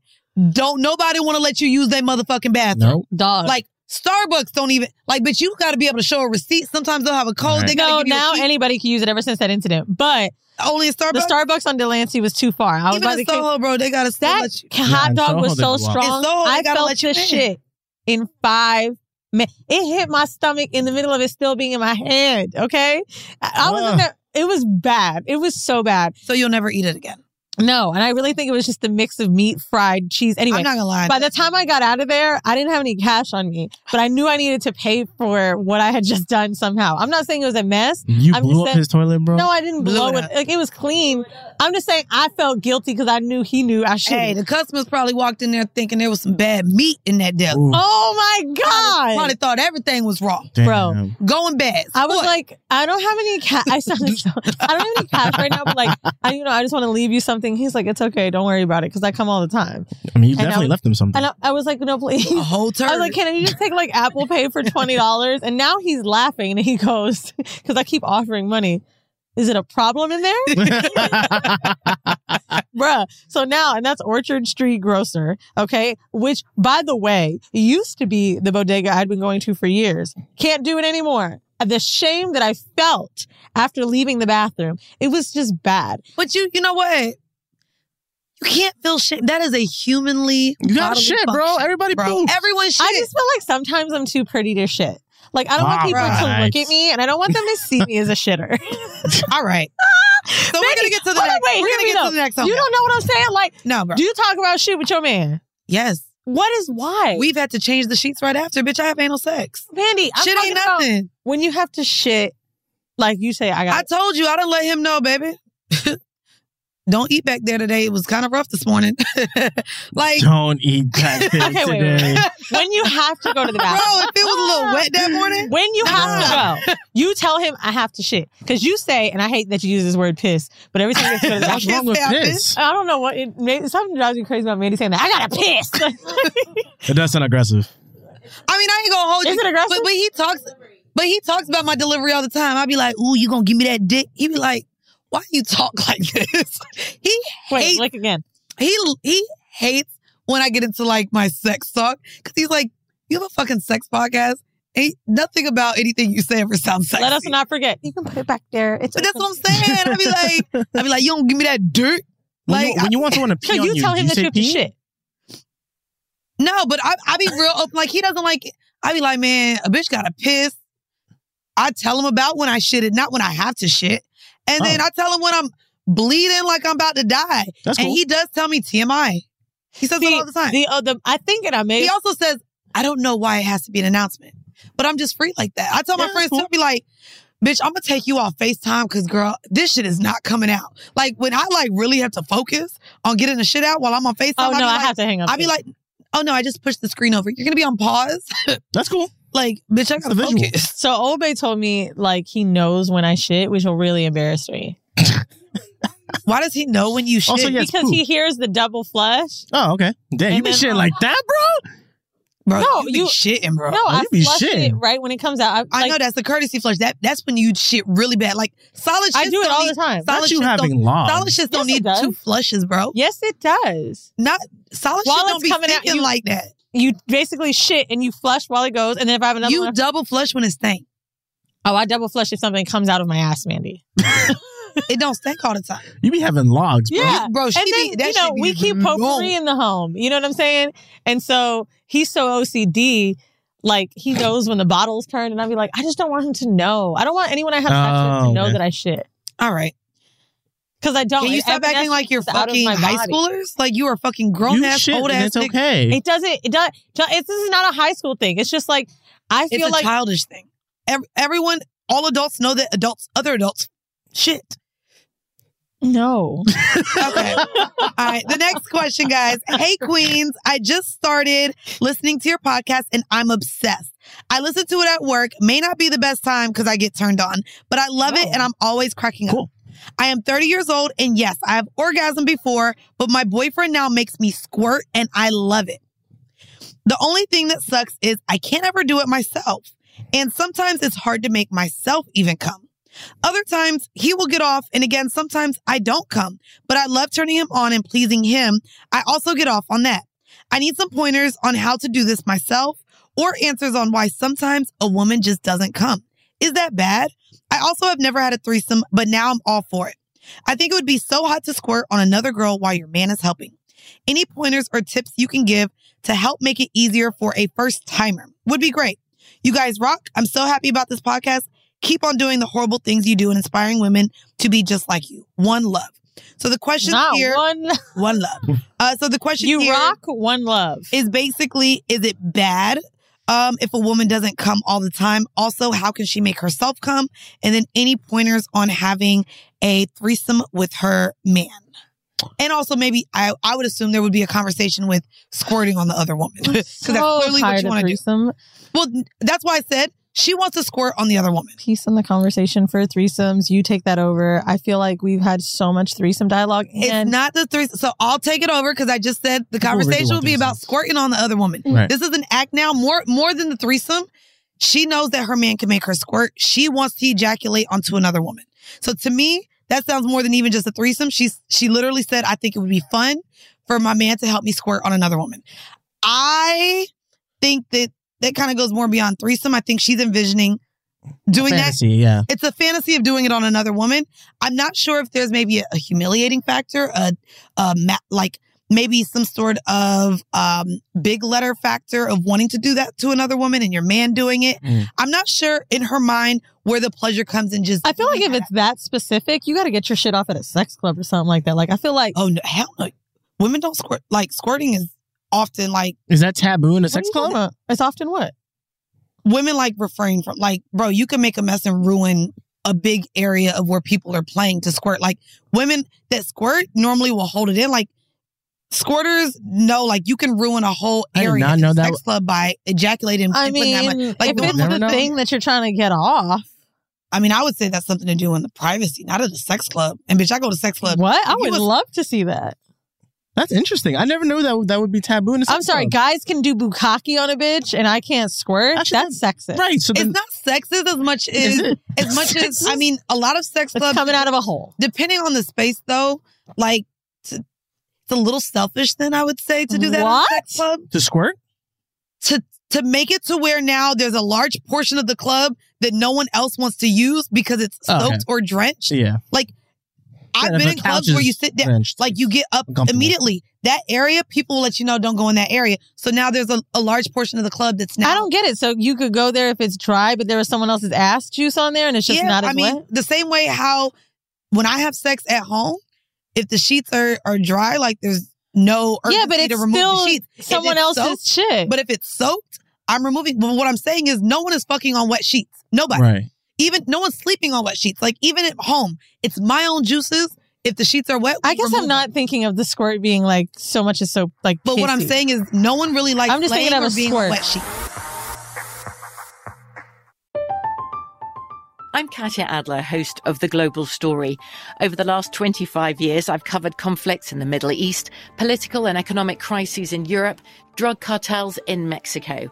[SPEAKER 2] don't nobody want to let you use their motherfucking bathroom.
[SPEAKER 4] Nope.
[SPEAKER 3] Dog.
[SPEAKER 2] Like Starbucks don't even like, but you gotta be able to show a receipt. Sometimes they'll have a code. They gotta
[SPEAKER 3] no,
[SPEAKER 2] give you a
[SPEAKER 3] now
[SPEAKER 2] key.
[SPEAKER 3] anybody can use it ever since that incident. But
[SPEAKER 2] only in Starbucks.
[SPEAKER 3] The Starbucks on Delancey was too far. I was
[SPEAKER 2] Even
[SPEAKER 3] about
[SPEAKER 2] in
[SPEAKER 3] to kick-
[SPEAKER 2] Soho, bro, they gotta still let you.
[SPEAKER 3] That hot
[SPEAKER 2] Yeah, in
[SPEAKER 3] dog was so
[SPEAKER 2] Soho, they go out.
[SPEAKER 3] strong.
[SPEAKER 2] In Soho, they
[SPEAKER 3] I
[SPEAKER 2] gotta
[SPEAKER 3] felt
[SPEAKER 2] let you
[SPEAKER 3] the
[SPEAKER 2] in.
[SPEAKER 3] shit in five minutes. It hit my stomach in the middle of it still being in my head. Okay, I, I was in
[SPEAKER 2] Ugh.
[SPEAKER 3] there. It was bad. It was so bad.
[SPEAKER 2] So you'll never eat it again.
[SPEAKER 3] No, and I really think it was just the mix of meat, fried cheese. Anyway,
[SPEAKER 2] not gonna lie.
[SPEAKER 3] By the time I got out of there, I didn't have any cash on me, but I knew I needed to pay for what I had just done somehow. I'm not saying it was a mess.
[SPEAKER 4] You
[SPEAKER 3] I'm
[SPEAKER 4] blew
[SPEAKER 3] just
[SPEAKER 4] up
[SPEAKER 3] saying-
[SPEAKER 4] his toilet, bro?
[SPEAKER 3] No, I didn't
[SPEAKER 4] Blew
[SPEAKER 3] blow
[SPEAKER 4] it
[SPEAKER 3] it. Like it was clean. I'm just saying I felt guilty because I knew he knew I should.
[SPEAKER 2] Hey, the customers probably walked in there thinking there was some bad meat in that deli.
[SPEAKER 3] Ooh. Oh my God.
[SPEAKER 2] Probably, probably thought everything was wrong.
[SPEAKER 3] Bro.
[SPEAKER 2] Going bad.
[SPEAKER 3] I was like, I don't have any cash. I sounded so, I don't have any cash right now, but like, I, you know, I just want to leave you something. He's like, it's okay. Don't worry about it. Cause I come all the time.
[SPEAKER 4] I mean, you
[SPEAKER 3] And I
[SPEAKER 4] definitely
[SPEAKER 3] was-
[SPEAKER 4] left him something.
[SPEAKER 3] And I, I was like, no, please.
[SPEAKER 2] A whole
[SPEAKER 3] I
[SPEAKER 2] turd.
[SPEAKER 3] was like, can you just take like Apple Pay for $20? And now he's laughing and he goes, because I keep offering money. Is it a problem in there? Bruh. So now, and that's Orchard Street Grocer, okay? Which, by the way, used to be the bodega I'd been going to for years. Can't do it anymore. The shame that I felt after leaving the bathroom, it was just bad.
[SPEAKER 2] But you, you know what? You can't feel shame. That is a humanly.
[SPEAKER 3] You
[SPEAKER 2] got Oh, shit, bro. Everybody poops. Everyone shit.
[SPEAKER 3] I just feel like sometimes I'm too pretty to shit. Like I don't want
[SPEAKER 2] All
[SPEAKER 3] people to
[SPEAKER 2] right.
[SPEAKER 3] look at me, and I don't want them to see me as a shitter.
[SPEAKER 2] All right. So we're gonna get to the
[SPEAKER 3] wait,
[SPEAKER 2] next.
[SPEAKER 3] Wait, hear
[SPEAKER 2] we're
[SPEAKER 3] me
[SPEAKER 2] gonna get to
[SPEAKER 3] though.
[SPEAKER 2] the next.
[SPEAKER 3] You don't know what I'm saying? Like,
[SPEAKER 2] no, bro.
[SPEAKER 3] Do you talk about shit with your man?
[SPEAKER 2] Yes.
[SPEAKER 3] What is why?
[SPEAKER 2] We've had to change the sheets right after. Bitch, I have anal sex.
[SPEAKER 3] Mandy, I'm
[SPEAKER 2] shit
[SPEAKER 3] talking
[SPEAKER 2] ain't
[SPEAKER 3] about
[SPEAKER 2] nothing.
[SPEAKER 3] when you have to shit, like you say, I got.
[SPEAKER 2] I told you, I done let him know, baby. Don't eat back there today. It was kind of rough this morning. like,
[SPEAKER 4] Don't eat that shit
[SPEAKER 2] Okay, wait, wait,
[SPEAKER 4] today.
[SPEAKER 2] wait.
[SPEAKER 3] when you have to go to the bathroom.
[SPEAKER 2] Bro, if it was a little wet that morning.
[SPEAKER 3] When you have to go, you tell him I have to shit. Because you say, and I hate that you use this word piss, but every time you have to go to the
[SPEAKER 4] What's
[SPEAKER 3] bathroom-
[SPEAKER 4] wrong with I can't say I piss? piss.
[SPEAKER 3] I don't know what it may, something drives me crazy about Mandy saying that. I gotta piss.
[SPEAKER 4] It does sound aggressive.
[SPEAKER 2] I mean, I ain't gonna hold
[SPEAKER 3] Is
[SPEAKER 2] you.
[SPEAKER 3] it aggressive?
[SPEAKER 2] But, but he talks, but he talks about my delivery all the time. I'd be like, "Ooh, you gonna give me that dick?" He be like, "Why you talk like this?" he
[SPEAKER 3] Wait,
[SPEAKER 2] hates,
[SPEAKER 3] like again.
[SPEAKER 2] He he hates when I get into like my sex talk because he's like, "You have a fucking sex podcast." Ain't nothing about anything you say ever sounds sexy.
[SPEAKER 3] Let us not forget. You can put it back there. It's
[SPEAKER 2] But that's what I'm saying. I'd be like, I'd be like, you don't give me that dirt.
[SPEAKER 4] When
[SPEAKER 2] Like
[SPEAKER 4] you- when you want someone to pee So on you you, tell do him you that say you have to pee? shit.
[SPEAKER 2] No, but I I be real open. Like he doesn't like. it. I be like, man, a bitch gotta piss. I tell him about when I shit it, not when I have to shit. And
[SPEAKER 4] Oh.
[SPEAKER 2] then I tell him when I'm bleeding like I'm about to die.
[SPEAKER 3] That's
[SPEAKER 2] and
[SPEAKER 3] cool.
[SPEAKER 2] he does tell me TMI. He says it all the time.
[SPEAKER 3] The, uh, the, I think it I made.
[SPEAKER 2] He also says, I don't know why it has to be an announcement, but I'm just free like that. I tell my friends, to be like, bitch, I'm gonna take you off FaceTime because girl, this shit is not coming out. Like when I like really have to focus on getting the shit out while I'm on FaceTime.
[SPEAKER 3] Oh,
[SPEAKER 2] I'll
[SPEAKER 3] no,
[SPEAKER 2] be
[SPEAKER 3] I
[SPEAKER 2] like-
[SPEAKER 3] have to hang up
[SPEAKER 2] I'll be
[SPEAKER 3] too.
[SPEAKER 2] like, oh no, I just pushed the screen over. You're gonna be on pause.
[SPEAKER 4] That's cool.
[SPEAKER 2] Like, bitch, I gotta focus.
[SPEAKER 3] So Obey told me like he knows when I shit, which will really embarrass me.
[SPEAKER 2] Why does he know when you shit?
[SPEAKER 4] Also, yes,
[SPEAKER 3] because
[SPEAKER 4] poop.
[SPEAKER 3] he hears the double flush.
[SPEAKER 4] Oh, okay. Damn, you be
[SPEAKER 3] then-
[SPEAKER 4] shitting like that, bro?
[SPEAKER 2] Bro,
[SPEAKER 3] no,
[SPEAKER 2] you be shitting, bro.
[SPEAKER 3] No,
[SPEAKER 2] Oh,
[SPEAKER 3] I
[SPEAKER 2] you be
[SPEAKER 3] flush it
[SPEAKER 2] shitting.
[SPEAKER 3] right when it comes out. I,
[SPEAKER 2] I
[SPEAKER 3] like,
[SPEAKER 2] know that's the courtesy flush. That that's when you shit really bad. Like solid. Shits
[SPEAKER 3] I do it
[SPEAKER 2] don't
[SPEAKER 3] all
[SPEAKER 2] need-
[SPEAKER 3] the time.
[SPEAKER 2] Solid
[SPEAKER 3] Not you
[SPEAKER 2] shits don't-
[SPEAKER 3] having long.
[SPEAKER 2] Solid shits don't need two flushes, bro.
[SPEAKER 3] Yes, it does.
[SPEAKER 2] Not solid
[SPEAKER 3] While
[SPEAKER 2] shit don't
[SPEAKER 3] it's
[SPEAKER 2] be
[SPEAKER 3] coming out,
[SPEAKER 2] stinking
[SPEAKER 3] you-
[SPEAKER 2] like that.
[SPEAKER 3] You basically shit and you flush while it goes, and then if I have another,
[SPEAKER 2] You
[SPEAKER 3] one,
[SPEAKER 2] double flush when it stink.
[SPEAKER 3] Oh, I double flush if something comes out of my ass, Mandy.
[SPEAKER 2] it don't stink all the time.
[SPEAKER 4] You be having logs, bro.
[SPEAKER 3] Yeah,
[SPEAKER 2] bro, she
[SPEAKER 3] and then
[SPEAKER 2] be- that
[SPEAKER 3] you know
[SPEAKER 2] shit be
[SPEAKER 3] we keep
[SPEAKER 2] long.
[SPEAKER 3] potpourri in the home. You know what I'm saying? And so he's so OCD. Like he knows when the bottle's turned, and I'd be like, I just don't want him to know. I don't want anyone I have sex with
[SPEAKER 4] Oh,
[SPEAKER 3] to know
[SPEAKER 4] okay.
[SPEAKER 3] that I shit.
[SPEAKER 2] All right,
[SPEAKER 3] because I don't.
[SPEAKER 2] Can you
[SPEAKER 3] It
[SPEAKER 2] stop acting like you're
[SPEAKER 3] evanesces out of
[SPEAKER 2] fucking
[SPEAKER 3] my
[SPEAKER 2] high
[SPEAKER 3] body.
[SPEAKER 2] schoolers? Like you are fucking grown ass
[SPEAKER 3] shit,
[SPEAKER 2] old
[SPEAKER 3] and
[SPEAKER 2] ass.
[SPEAKER 3] it's okay. It doesn't. It does. It's, this is not a high school thing. It's just like I
[SPEAKER 2] It's
[SPEAKER 3] feel
[SPEAKER 2] a
[SPEAKER 3] like
[SPEAKER 2] childish thing. Ev- everyone, all adults know that adults, other adults, shit.
[SPEAKER 3] No.
[SPEAKER 2] okay. All right. The next question, guys. Hey, Queens. I just started listening to your podcast and I'm obsessed. I listen to it at work. May not be the best time because I get turned on, but I love it and I'm always cracking up. I am 30 years old and yes, I have orgasmed before, but my boyfriend now makes me squirt and I love it. The only thing that sucks is I can't ever do it myself. And sometimes it's hard to make myself even come. Other times he will get off. And again, sometimes I don't come, but I love turning him on and pleasing him. I also get off on that. I need some pointers on how to do this myself or answers on why sometimes a woman just doesn't come. Is that bad? I also have never had a threesome, but now I'm all for it. I think it would be so hot to squirt on another girl while your man is helping. Any pointers or tips you can give to help make it easier for a first timer would be great. You guys rock. I'm so happy about this podcast. Keep on doing the horrible things you do and inspiring women to be just like you. One love. So the question
[SPEAKER 3] Not
[SPEAKER 2] here,
[SPEAKER 3] one,
[SPEAKER 2] one love. Uh, so the question
[SPEAKER 3] You
[SPEAKER 2] here
[SPEAKER 3] rock, one love
[SPEAKER 2] is basically: Is it bad um, if a woman doesn't come all the time? Also, how can she make herself come? And then any pointers on having a threesome with her man? And also, maybe I, I would assume there would be a conversation with squirting on the other woman because
[SPEAKER 3] so
[SPEAKER 2] that's clearly
[SPEAKER 3] tired
[SPEAKER 2] what
[SPEAKER 3] of
[SPEAKER 2] you want to
[SPEAKER 3] do.
[SPEAKER 2] Well, that's why I said she wants to squirt on the other woman.
[SPEAKER 3] piece in the conversation for threesomes. You take that over. I feel like we've had so much threesome dialogue.
[SPEAKER 2] it's not the threesome. So I'll take it over because I just said the
[SPEAKER 3] People really
[SPEAKER 2] conversation will
[SPEAKER 3] want
[SPEAKER 2] be about squirting on the other woman.
[SPEAKER 3] Right.
[SPEAKER 2] This is an act now more more than the threesome. She knows that her man can make her squirt. She wants to ejaculate onto another woman. So to me, that sounds more than even just a threesome. She's she literally said, I think it would be fun for my man to help me squirt on another woman. I think that that kind of goes more beyond threesome. I think she's envisioning doing
[SPEAKER 4] Fantasy,
[SPEAKER 2] that.
[SPEAKER 4] yeah.
[SPEAKER 2] It's a fantasy of doing it on another woman. I'm not sure if there's maybe a, a humiliating factor, a, a ma- like maybe some sort of um, big letter factor of wanting to do that to another woman and your man doing it.
[SPEAKER 3] Mm.
[SPEAKER 2] I'm not sure in her mind where the pleasure comes in just.
[SPEAKER 3] I feel like if it's that specific, you got to get your shit off at a sex club or something like that. Like I feel like
[SPEAKER 2] oh no, hell no, women don't squirt. Like squirting is often like
[SPEAKER 4] Is that taboo in a sex club?
[SPEAKER 2] It's often what? Women like refrain from like, bro, you can make a mess and ruin a big area of where people are playing to squirt. Like women that squirt normally will hold it in. Like squirters know like you can ruin a whole
[SPEAKER 4] I did
[SPEAKER 2] area
[SPEAKER 4] not
[SPEAKER 2] in
[SPEAKER 4] know
[SPEAKER 2] a
[SPEAKER 4] that
[SPEAKER 2] sex
[SPEAKER 4] w-
[SPEAKER 2] club by ejaculating.
[SPEAKER 3] I
[SPEAKER 2] and putting that much-
[SPEAKER 3] mean, if
[SPEAKER 2] the
[SPEAKER 3] it's
[SPEAKER 2] one-
[SPEAKER 3] the Never know. thing that you're trying to get off.
[SPEAKER 2] I mean, I would say that's something to do in the privacy, not at a sex club. And bitch, I go to sex club.
[SPEAKER 3] What? I
[SPEAKER 2] If you
[SPEAKER 3] would
[SPEAKER 2] was-
[SPEAKER 3] love to see that.
[SPEAKER 4] That's interesting. I never knew that that would be taboo in a sex
[SPEAKER 3] I'm sorry,
[SPEAKER 4] club.
[SPEAKER 3] guys can do bukkake on a bitch and I can't squirt. That's sexist.
[SPEAKER 4] Right. So
[SPEAKER 2] it's not sexist as much
[SPEAKER 3] Is
[SPEAKER 2] as
[SPEAKER 3] it?
[SPEAKER 2] as much as I mean, a lot of sex clubs
[SPEAKER 3] coming out of a hole.
[SPEAKER 2] Depending on the space, though, like t- it's a little selfish. Then I would say to do that
[SPEAKER 3] What?
[SPEAKER 2] at a sex club
[SPEAKER 4] to squirt.
[SPEAKER 2] to to make it to where now there's a large portion of the club that no one else wants to use because it's
[SPEAKER 4] Oh,
[SPEAKER 2] soaked
[SPEAKER 4] okay.
[SPEAKER 2] or drenched.
[SPEAKER 4] Yeah.
[SPEAKER 2] Like I've
[SPEAKER 4] if
[SPEAKER 2] been
[SPEAKER 4] the
[SPEAKER 2] in clubs
[SPEAKER 4] couch
[SPEAKER 2] where
[SPEAKER 4] is
[SPEAKER 2] you sit down,
[SPEAKER 4] drenched,
[SPEAKER 2] like you get up
[SPEAKER 4] uncomfortable.
[SPEAKER 2] immediately. That area, people will let you know don't go in that area. So now there's a, a large portion of the club that's now.
[SPEAKER 3] I don't get it. So you could go there if it's dry, but there was someone else's ass juice on there and it's just not as
[SPEAKER 2] I mean,
[SPEAKER 3] wet.
[SPEAKER 2] the same way how when I have sex at home, if the sheets are are dry, like there's no
[SPEAKER 3] Yeah, but
[SPEAKER 2] urgency to
[SPEAKER 3] it's
[SPEAKER 2] remove the
[SPEAKER 3] still
[SPEAKER 2] sheets. If
[SPEAKER 3] someone
[SPEAKER 2] it's
[SPEAKER 3] else's shit.
[SPEAKER 2] But if it's soaked, I'm removing. But what I'm saying is, no one is fucking on wet sheets. Nobody.
[SPEAKER 4] Right.
[SPEAKER 2] Even no one's sleeping on wet sheets. Like even at home, it's my own juices. If the sheets are wet,
[SPEAKER 3] I guess I'm not thinking of the squirt being like so much is so like.
[SPEAKER 2] But what I'm
[SPEAKER 3] pissy.
[SPEAKER 2] saying is, no one really likes.
[SPEAKER 3] I'm just thinking
[SPEAKER 2] laying
[SPEAKER 3] of
[SPEAKER 2] or
[SPEAKER 3] a
[SPEAKER 2] being
[SPEAKER 3] squirt.
[SPEAKER 2] on wet sheets.
[SPEAKER 10] I'm Katya Adler, host of The Global Story. Over the last 25 years, I've covered conflicts in the Middle East, political and economic crises in Europe, drug cartels in Mexico.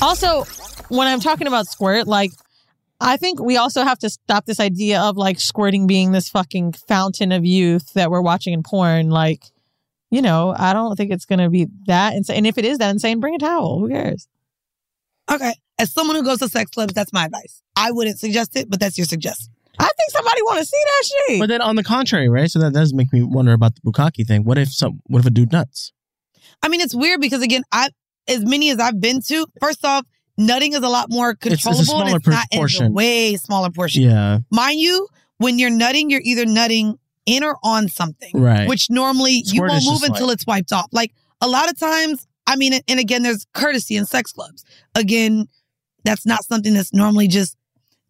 [SPEAKER 3] Also, when I'm talking about squirt, like I think we also have to stop this idea of like squirting being this fucking fountain of youth that we're watching in porn. Like, you know, I don't think it's gonna be that insane. And if it is that insane, bring a towel. Who cares?
[SPEAKER 2] Okay. As someone who goes to sex clubs, that's my advice. I wouldn't suggest it, but that's your suggestion.
[SPEAKER 3] I think somebody want to see that shit.
[SPEAKER 4] But then on the contrary, right? So that does make me wonder about the bukkake thing. What if some? What if a dude nuts?
[SPEAKER 2] I mean, it's weird because again, I as many as I've been to, first off, nutting is a lot more
[SPEAKER 4] it's a
[SPEAKER 2] controllable. and
[SPEAKER 4] smaller
[SPEAKER 2] it's not It's
[SPEAKER 4] proportion.
[SPEAKER 2] a way smaller portion.
[SPEAKER 4] Yeah.
[SPEAKER 2] Mind you, when you're nutting, you're either nutting in or on something,
[SPEAKER 4] Right.
[SPEAKER 2] Which normally you
[SPEAKER 4] Squirt
[SPEAKER 2] won't
[SPEAKER 4] is
[SPEAKER 2] move
[SPEAKER 4] just
[SPEAKER 2] until
[SPEAKER 4] like-
[SPEAKER 2] it's wiped off. Like a lot of times, I mean, and again, there's courtesy in sex clubs. Again, that's not something that's normally just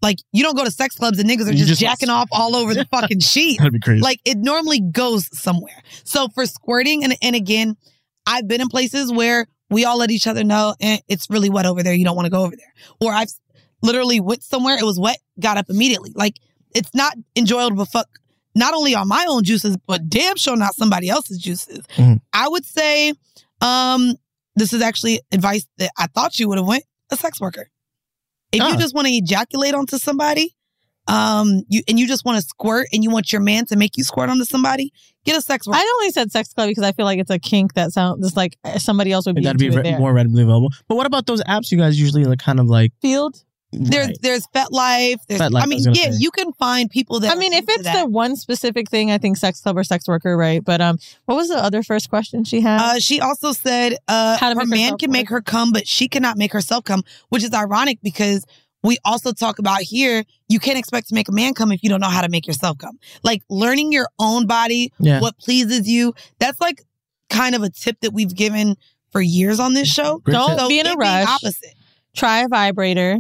[SPEAKER 2] like you don't go to sex clubs and niggas are
[SPEAKER 4] You
[SPEAKER 2] just,
[SPEAKER 4] just-
[SPEAKER 2] jacking off all over the fucking sheet.
[SPEAKER 4] That'd be crazy.
[SPEAKER 2] Like it normally goes somewhere. So for squirting, and and again, I've been in places where we all let each other know eh, it's really wet over there. You don't want to go over there. Or I've s- literally went somewhere, it was wet, got up immediately. Like it's not enjoyable fuck not only on my own juices, but damn sure not somebody else's juices.
[SPEAKER 4] Mhm.
[SPEAKER 2] I would say, um, this is actually advice that I thought you would have went a sex worker. If
[SPEAKER 4] Ah.
[SPEAKER 2] you just want to ejaculate onto somebody, um, you and you just want to squirt and you want your man to make you squirt onto somebody, get a sex worker.
[SPEAKER 3] I only said sex club because I feel like it's a kink that sounds just like somebody else would be,
[SPEAKER 4] And that'd be
[SPEAKER 3] into it
[SPEAKER 4] re-
[SPEAKER 3] there.
[SPEAKER 4] more readily available. But what about those apps you guys usually like? Kind of like
[SPEAKER 3] Field.
[SPEAKER 2] There's there's FetLife. There's
[SPEAKER 3] FetLife, I
[SPEAKER 2] I mean,
[SPEAKER 3] was gonna
[SPEAKER 2] yeah,
[SPEAKER 3] say.
[SPEAKER 2] you can find people that.
[SPEAKER 3] I mean, if it's
[SPEAKER 2] that.
[SPEAKER 3] the one specific thing, I think sex club or sex worker, right? But um, what was the other first question she had?
[SPEAKER 2] Uh, she also said uh,
[SPEAKER 3] How to
[SPEAKER 2] her
[SPEAKER 3] make
[SPEAKER 2] man
[SPEAKER 3] herself
[SPEAKER 2] can make her come, but she cannot make herself come, which is ironic because we also talk about here you can't expect to make a man come if you don't know how to make yourself come. Like learning your own body,
[SPEAKER 11] Yeah.
[SPEAKER 2] what pleases you. That's like kind of a tip that we've given for years on this show.
[SPEAKER 3] Don't
[SPEAKER 2] So
[SPEAKER 3] be in a
[SPEAKER 2] it being
[SPEAKER 3] rush. Um,
[SPEAKER 2] Opposite.
[SPEAKER 3] Try a vibrator.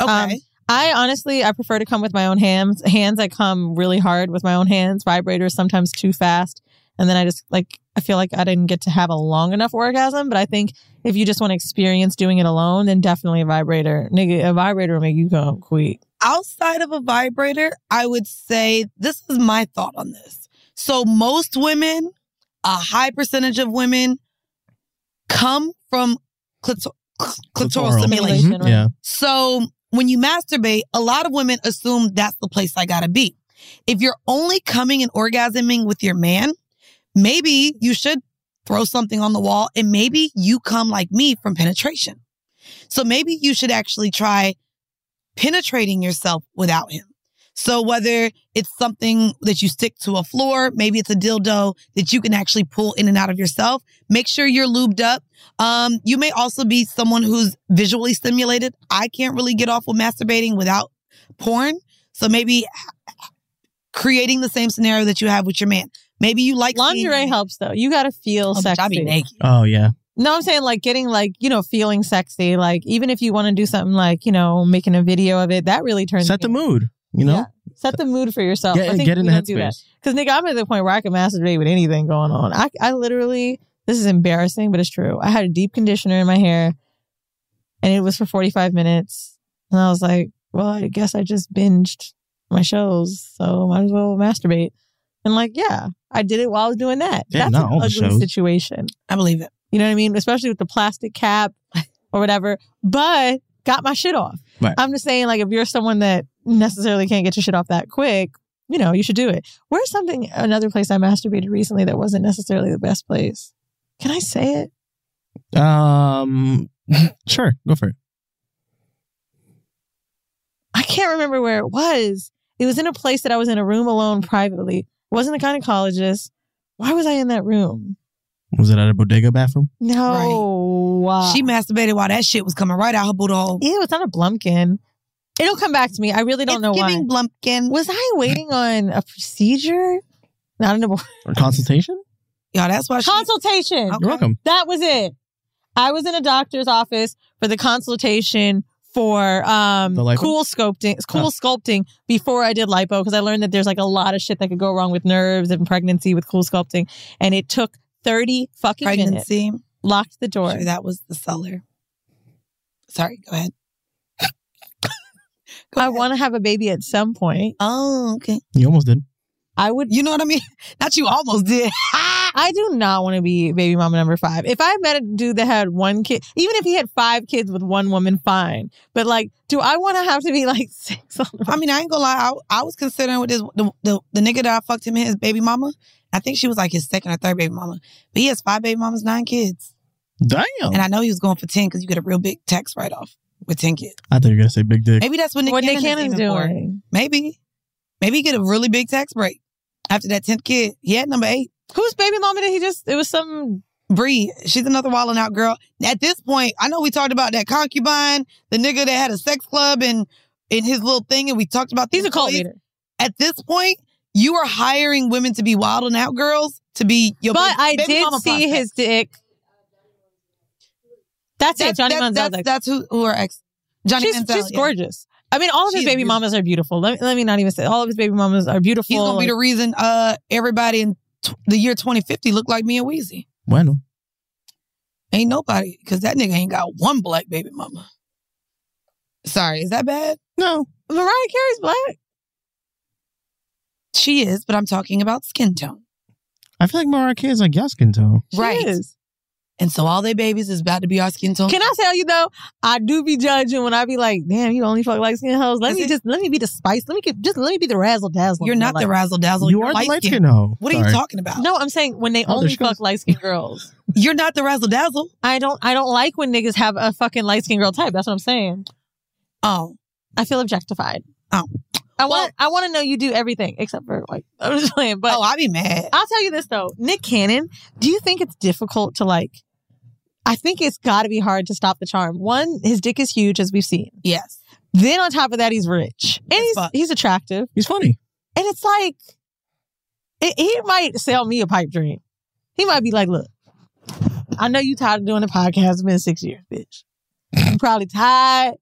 [SPEAKER 2] Okay.
[SPEAKER 3] I honestly, I prefer to come with my own hands. Hands, I come really hard with my own hands. Vibrators sometimes too fast, and then I just like I feel like I didn't get to have a long enough orgasm. But I think if you just want to experience doing it alone, then definitely a vibrator, nigga. A vibrator will make you go quick.
[SPEAKER 2] outside of a vibrator, I would say this is my thought on this. So most women, a high percentage of women, come from clitor- cl- clitoral
[SPEAKER 4] Clitoral.
[SPEAKER 2] stimulation.
[SPEAKER 4] Mhm, right. yeah.
[SPEAKER 2] So when you masturbate, a lot of women assume that's the place I gotta be. If you're only coming and orgasming with your man, maybe you should throw something on the wall and maybe you come like me from penetration. So maybe you should actually try penetrating yourself without him. So whether it's something that you stick to a floor, maybe it's a dildo that you can actually pull in and out of yourself. Make sure you're lubed up. Um, you may also be someone who's visually stimulated. I can't really get off with masturbating without porn. So maybe creating the same scenario that you have with your man. Maybe you like
[SPEAKER 3] lingerie helps though. You got to feel
[SPEAKER 2] bitch,
[SPEAKER 3] sexy.
[SPEAKER 2] I be naked.
[SPEAKER 4] Oh yeah.
[SPEAKER 3] No, I'm saying like getting like, you know, feeling sexy. Like even if you want to do something like, you know, making a video of it, that really turns
[SPEAKER 4] Set the
[SPEAKER 3] me-
[SPEAKER 4] mood. You know.
[SPEAKER 3] Set the mood for
[SPEAKER 2] Oh,
[SPEAKER 3] yourself.
[SPEAKER 4] Get- get in the headspace.
[SPEAKER 3] Because nigga, I'm at the point where I can masturbate with anything going on. I, I literally, this is embarrassing, but it's true. I had a deep conditioner in my hair, and it was for 45 minutes, and I was like, well, I guess I just binged my shows, so might as well masturbate. And like, yeah, I did it while I was doing that.
[SPEAKER 4] Yeah,
[SPEAKER 3] That's
[SPEAKER 4] not
[SPEAKER 3] an
[SPEAKER 4] all the
[SPEAKER 3] ugly
[SPEAKER 4] shows.
[SPEAKER 3] situation.
[SPEAKER 2] I believe it.
[SPEAKER 3] You know what I mean? Especially with the plastic cap or whatever. But got my shit off.
[SPEAKER 4] Right.
[SPEAKER 3] I'm just saying, like, if you're someone that necessarily can't get your shit off that quick, you know, you should do it. Where's something, another place I masturbated recently that wasn't necessarily the best place? Can I say it?
[SPEAKER 4] Um. sure. Go for it.
[SPEAKER 3] I can't remember where it was. It was in a place that I was in a room alone privately. wasn't a gynecologist. Why was I in that room?
[SPEAKER 4] Was it at a bodega bathroom?
[SPEAKER 3] No.
[SPEAKER 2] She masturbated while that shit was coming right out her boot hole.
[SPEAKER 3] Ew, it's not a blumpkin. It'll come back to me. I really don't know
[SPEAKER 2] giving
[SPEAKER 3] why.
[SPEAKER 2] Blumpkin.
[SPEAKER 3] Was I waiting on a procedure? Not an abortion.
[SPEAKER 4] Or consultation?
[SPEAKER 2] Yeah, that's why.
[SPEAKER 3] Consultation.
[SPEAKER 4] You're welcome.
[SPEAKER 3] That was it. I was in a doctor's office for the consultation for um
[SPEAKER 4] The lipo?
[SPEAKER 3] cool sculpting cool sculpting before I did lipo because I learned that there's like a lot of shit that could go wrong with nerves and pregnancy with cool sculpting and it took 30 fucking
[SPEAKER 2] Pregnancy.
[SPEAKER 3] minutes. Locked the door.
[SPEAKER 2] Sure, that was the seller. Sorry, go ahead.
[SPEAKER 3] I want to have a baby at some point.
[SPEAKER 2] Oh, okay.
[SPEAKER 4] You almost did.
[SPEAKER 3] I would.
[SPEAKER 2] You know what I mean? Not you almost did.
[SPEAKER 3] I do not want to be baby mama number five. If I met a dude that had one kid, even if he had five kids with one woman, fine. But like, do I want to have to be like six? On
[SPEAKER 2] I mean, I ain't gonna lie. I, I was considering with this the, the the nigga that I fucked him and his baby mama. I think she was like his second or third baby mama, but he has five baby mamas, nine kids.
[SPEAKER 4] Damn.
[SPEAKER 2] And I know he was going for ten because you get a real big tax write off with ten kids.
[SPEAKER 4] I thought you were gonna say big dick.
[SPEAKER 2] Maybe that's what Nick
[SPEAKER 3] What Nick Cannon's
[SPEAKER 2] Cannon's aiming for.
[SPEAKER 3] doing.
[SPEAKER 2] Maybe, maybe he get a really big tax break after that tenth kid. He had number eight.
[SPEAKER 3] Whose baby mama did he just? It was some
[SPEAKER 2] Bree. She's another wilding out girl. At this point, I know we talked about that concubine, the nigga that had a sex club and in his little thing, and we talked about these. He's a cult leader. At this point, you are hiring women to be wilding out girls to be your.
[SPEAKER 3] But
[SPEAKER 2] ba-
[SPEAKER 3] I
[SPEAKER 2] baby
[SPEAKER 3] did
[SPEAKER 2] mama
[SPEAKER 3] see
[SPEAKER 2] prospect.
[SPEAKER 3] his dick. That's, it, Johnny
[SPEAKER 2] that's,
[SPEAKER 3] Manziel's
[SPEAKER 2] That's,
[SPEAKER 3] ex.
[SPEAKER 2] that's who, who her ex. Johnny
[SPEAKER 3] she's,
[SPEAKER 2] Manziel,
[SPEAKER 3] she's
[SPEAKER 2] yeah.
[SPEAKER 3] gorgeous. I mean, all of his
[SPEAKER 2] She's
[SPEAKER 3] baby
[SPEAKER 2] beautiful.
[SPEAKER 3] mamas are beautiful. Let me, let me not even say all of his baby mamas are beautiful.
[SPEAKER 2] He's gonna be
[SPEAKER 3] Like-
[SPEAKER 2] the reason uh everybody in t- the year 2050 look like me and Weezy.
[SPEAKER 4] Bueno.
[SPEAKER 2] Ain't nobody, because that nigga ain't got one black baby mama. Sorry, is that bad?
[SPEAKER 4] No.
[SPEAKER 3] Mariah Carey's black.
[SPEAKER 2] She is, but I'm talking about skin tone.
[SPEAKER 4] I feel like Mariah Carey's like y'all skin tone.
[SPEAKER 2] right. And so all they babies is about to be our skin tone.
[SPEAKER 3] Can I tell you though? I do be judging when I be like, "Damn, you only fuck light skin hoes." Let me just let me be the spice. Let me get, just let me be the razzle dazzle.
[SPEAKER 2] You're not the razzle dazzle.
[SPEAKER 4] You You're are the light-skinned. light-skinned hoe.
[SPEAKER 2] What are you
[SPEAKER 4] Sorry.
[SPEAKER 2] talking about?
[SPEAKER 3] No, I'm saying when they
[SPEAKER 4] Oh,
[SPEAKER 3] only
[SPEAKER 4] there she goes.
[SPEAKER 3] fuck light skinned girls.
[SPEAKER 2] You're not the razzle dazzle.
[SPEAKER 3] I don't. I don't like when niggas have a fucking light skinned girl type. That's what I'm saying.
[SPEAKER 2] Oh,
[SPEAKER 3] I feel objectified.
[SPEAKER 2] Oh,
[SPEAKER 3] I want I want to know you do everything except for like I'm just playing. But
[SPEAKER 2] oh, I'd be mad.
[SPEAKER 3] I'll tell you this though, Nick Cannon. Do you think it's difficult to like? I think it's got to be hard to stop the charm. One, his dick is huge, as we've seen.
[SPEAKER 2] Yes.
[SPEAKER 3] Then on top of that, he's rich and he's he's attractive.
[SPEAKER 4] He's funny.
[SPEAKER 3] And it's like, it, he might sell me a pipe dream. He might be like, look, I know you tired of doing the podcast. It's been six years, bitch. You probably tired.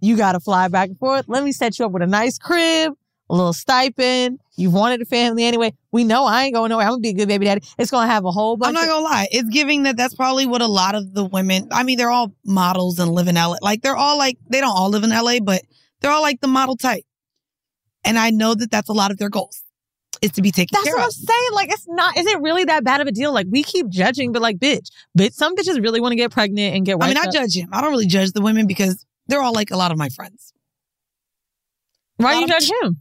[SPEAKER 3] You got to fly back and forth. Let me set you up with a nice crib, a little stipend. You've wanted a family anyway. We know I ain't going nowhere. I'm going to be a good baby daddy. It's going to have a whole bunch
[SPEAKER 2] I'm not
[SPEAKER 3] of-
[SPEAKER 2] gonna lie. It's giving that that's probably what a lot of the women I mean, they're all models and live in LA. Like they're all like they don't all live in LA, but they're all like the model type. And I know that that's a lot of their goals is to be taken
[SPEAKER 3] That's
[SPEAKER 2] care
[SPEAKER 3] what I'm
[SPEAKER 2] of.
[SPEAKER 3] saying. Like, it's not, is it really that bad of a deal? Like, we keep judging, but like, bitch, bitch, some bitches really want to get pregnant and get
[SPEAKER 2] I mean,
[SPEAKER 3] wiped
[SPEAKER 2] I
[SPEAKER 3] up.
[SPEAKER 2] judge him. I don't really judge the women because they're all like a lot of my friends.
[SPEAKER 3] Why do you judge him?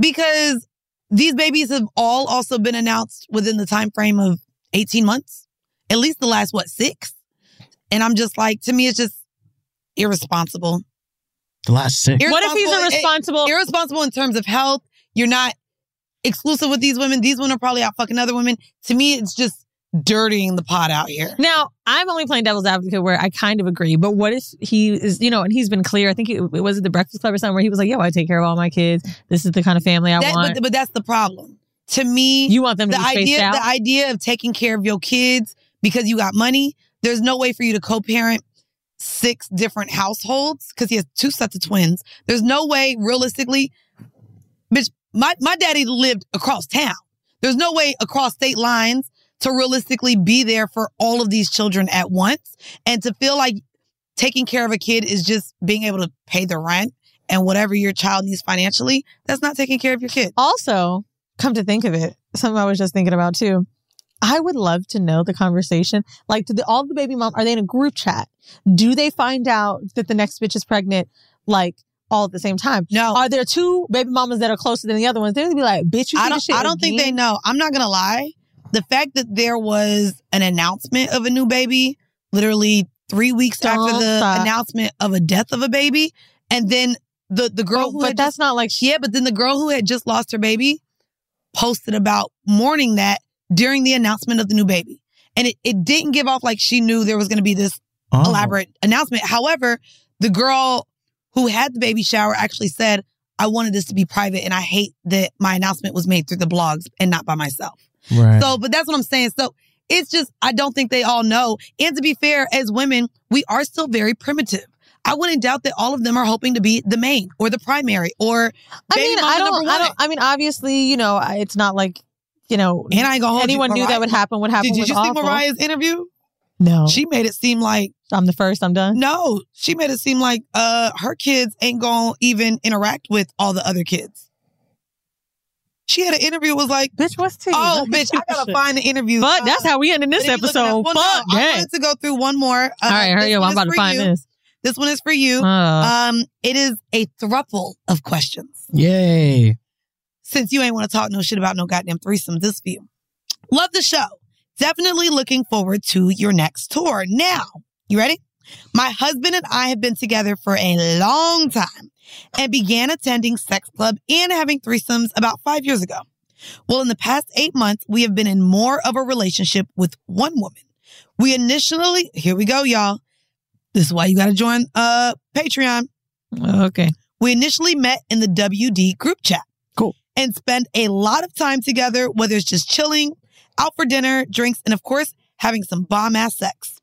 [SPEAKER 2] Because these babies have all also been announced within the time frame of 18 months, at least the last what six. And I'm just like, to me, it's just irresponsible.
[SPEAKER 4] The last six.
[SPEAKER 3] What if he's
[SPEAKER 2] irresponsible? eh, Irresponsible in terms of health. You're not exclusive with these women. These women are probably out fucking other women. To me, it's just dirtying the pot out here.
[SPEAKER 3] Now, I'm only playing devil's advocate where I kind of agree, but what if he is, you know, and he's been clear. I think it, it was at the Breakfast Club or something where he was like, yo, I take care of all my kids. This is the kind of family I
[SPEAKER 2] That-
[SPEAKER 3] want.
[SPEAKER 2] but, but that's the problem. To me,
[SPEAKER 3] You want them to
[SPEAKER 2] the
[SPEAKER 3] be spaced
[SPEAKER 2] idea,
[SPEAKER 3] out?
[SPEAKER 2] the idea of taking care of your kids because you got money. There's no way for you to co-parent six different households because he has two sets of twins. There's no way, realistically, bitch. My my daddy lived across town. There's no way across state lines to realistically be there for all of these children at once, and to feel like taking care of a kid is just being able to pay the rent and whatever your child needs financially. That's not taking care of your kid.
[SPEAKER 3] Also, come to think of it, something I was just thinking about too. I would love to know the conversation. Like, do the, all the baby mom are they in a group chat? Do they find out that the next bitch is pregnant? Like. All at the same time.
[SPEAKER 2] No.
[SPEAKER 3] Are there two baby mamas that are closer than the other ones? They're gonna be like, "Bitch, you
[SPEAKER 2] I
[SPEAKER 3] see
[SPEAKER 2] don't.
[SPEAKER 3] this shit
[SPEAKER 2] I don't think
[SPEAKER 3] again?"
[SPEAKER 2] they know. I'm not gonna lie. The fact that there was an announcement of a new baby, literally three weeks after
[SPEAKER 3] Don't
[SPEAKER 2] the
[SPEAKER 3] stop.
[SPEAKER 2] announcement of a death of a baby, and then the the girl.
[SPEAKER 3] Oh,
[SPEAKER 2] who
[SPEAKER 3] but
[SPEAKER 2] had
[SPEAKER 3] that's not like
[SPEAKER 2] yeah. But then the girl who had just lost her baby posted about mourning that during the announcement of the new baby, and it it didn't give off like she knew there was gonna be this
[SPEAKER 4] Oh.
[SPEAKER 2] elaborate announcement. However, the girl who had the baby shower actually said, I wanted this to be private and I hate that my announcement was made through the blogs and not by myself.
[SPEAKER 4] Right.
[SPEAKER 2] So, but that's what I'm saying. So it's just, I don't think they all know. And to be fair, as women, we are still very primitive. I wouldn't doubt that all of them are hoping to be the main or the primary or
[SPEAKER 3] I
[SPEAKER 2] baby
[SPEAKER 3] mean,
[SPEAKER 2] mama
[SPEAKER 3] I
[SPEAKER 2] number
[SPEAKER 3] don't, I
[SPEAKER 2] one.
[SPEAKER 3] don't. I mean, obviously, you know, I- it's not like you know.
[SPEAKER 2] And I ain't gonna hold you,
[SPEAKER 3] anyone knew
[SPEAKER 2] Mariah-
[SPEAKER 3] that would happen. What happened?
[SPEAKER 2] Did you
[SPEAKER 3] was
[SPEAKER 2] just see
[SPEAKER 3] awful.
[SPEAKER 2] Mariah's interview?
[SPEAKER 4] Oh.
[SPEAKER 3] No,
[SPEAKER 2] She made it seem like
[SPEAKER 3] I'm the first. I'm done.
[SPEAKER 2] No, she made it seem like uh her kids ain't gonna even interact with all the other kids. She had an interview was like,
[SPEAKER 3] "Bitch, what's tea?
[SPEAKER 2] Oh,
[SPEAKER 3] Let me
[SPEAKER 2] bitch,
[SPEAKER 3] see
[SPEAKER 2] I
[SPEAKER 3] this
[SPEAKER 2] gotta
[SPEAKER 3] shit.
[SPEAKER 2] find the interview."
[SPEAKER 3] But that's how we ended this
[SPEAKER 2] but if you look it up-
[SPEAKER 3] episode.
[SPEAKER 2] well, no,
[SPEAKER 3] Fuck
[SPEAKER 2] I
[SPEAKER 3] that.
[SPEAKER 2] wanted to go through one more. Uh,
[SPEAKER 3] All right, hurry
[SPEAKER 2] this
[SPEAKER 3] up.
[SPEAKER 2] one
[SPEAKER 3] I'm
[SPEAKER 2] is
[SPEAKER 3] about to
[SPEAKER 2] for
[SPEAKER 3] find
[SPEAKER 2] you.
[SPEAKER 3] this.
[SPEAKER 2] This one is for you.
[SPEAKER 3] Uh.
[SPEAKER 2] Um, it is a thruple of questions.
[SPEAKER 4] Yay.
[SPEAKER 2] Since you ain't want to talk no shit about no goddamn threesome, this for you. Love the show. Definitely looking forward to your next tour. Now, you ready? My husband and I have been together for a long time and began attending sex club and having threesomes about five years ago. Well, in the past eight months, we have been in more of a relationship with one woman. We initially, here we go, y'all. This is why you got to join uh Patreon.
[SPEAKER 3] Uh, Okay.
[SPEAKER 2] We initially met in the WD group chat.
[SPEAKER 4] Cool.
[SPEAKER 2] And spend a lot of time together, whether it's just chilling, out for dinner, drinks, and of course, having some bomb ass sex.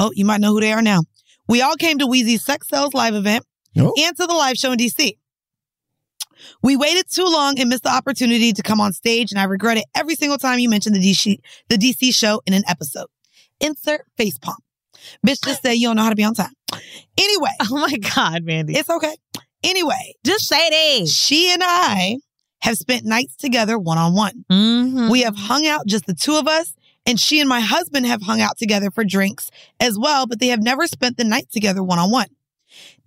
[SPEAKER 2] Oh, you might know who they are now. We all came to Wheezy's Sex Cells live event and to the live show in DC. We waited too long and missed the opportunity to come on stage, and I regret it every single time you mention the DC the DC show in an episode. Insert face palm. Bitch, just say you don't know how to be on time. Anyway.
[SPEAKER 3] Oh my God, Mandy.
[SPEAKER 2] It's okay. Anyway.
[SPEAKER 3] Just say it.
[SPEAKER 2] She and I have spent nights together one on one.
[SPEAKER 3] Mm-hmm.
[SPEAKER 2] We have hung out just the two of us, and she and my husband have hung out together for drinks as well, but they have never spent the night together one on one.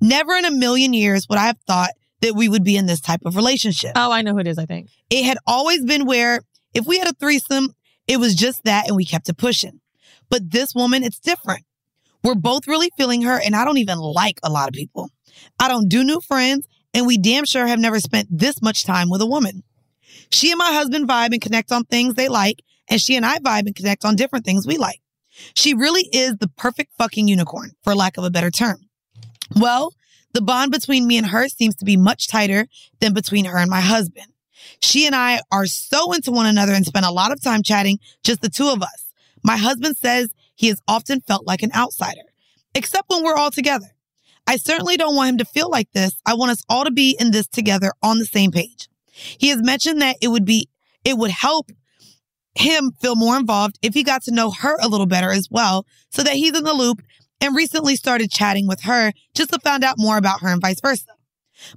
[SPEAKER 2] Never in a million years would I have thought that we would be in this type of relationship.
[SPEAKER 3] Oh, I know who it is, I think.
[SPEAKER 2] It had always been where if we had a threesome, it was just that and we kept it pushing. But this woman, it's different. We're both really feeling her, and I don't even like a lot of people. I don't do new friends, and we damn sure have never spent this much time with a woman. She and my husband vibe and connect on things they like, and she and I vibe and connect on different things we like. She really is the perfect fucking unicorn, for lack of a better term. Well, the bond between me and her seems to be much tighter than between her and my husband. She and I are so into one another and spend a lot of time chatting, just the two of us. My husband says he has often felt like an outsider, except when we're all together. I certainly don't want him to feel like this. I want us all to be in this together on the same page. He has mentioned that it would be, it would help him feel more involved if he got to know her a little better as well, so that he's in the loop and recently started chatting with her just to find out more about her and vice versa.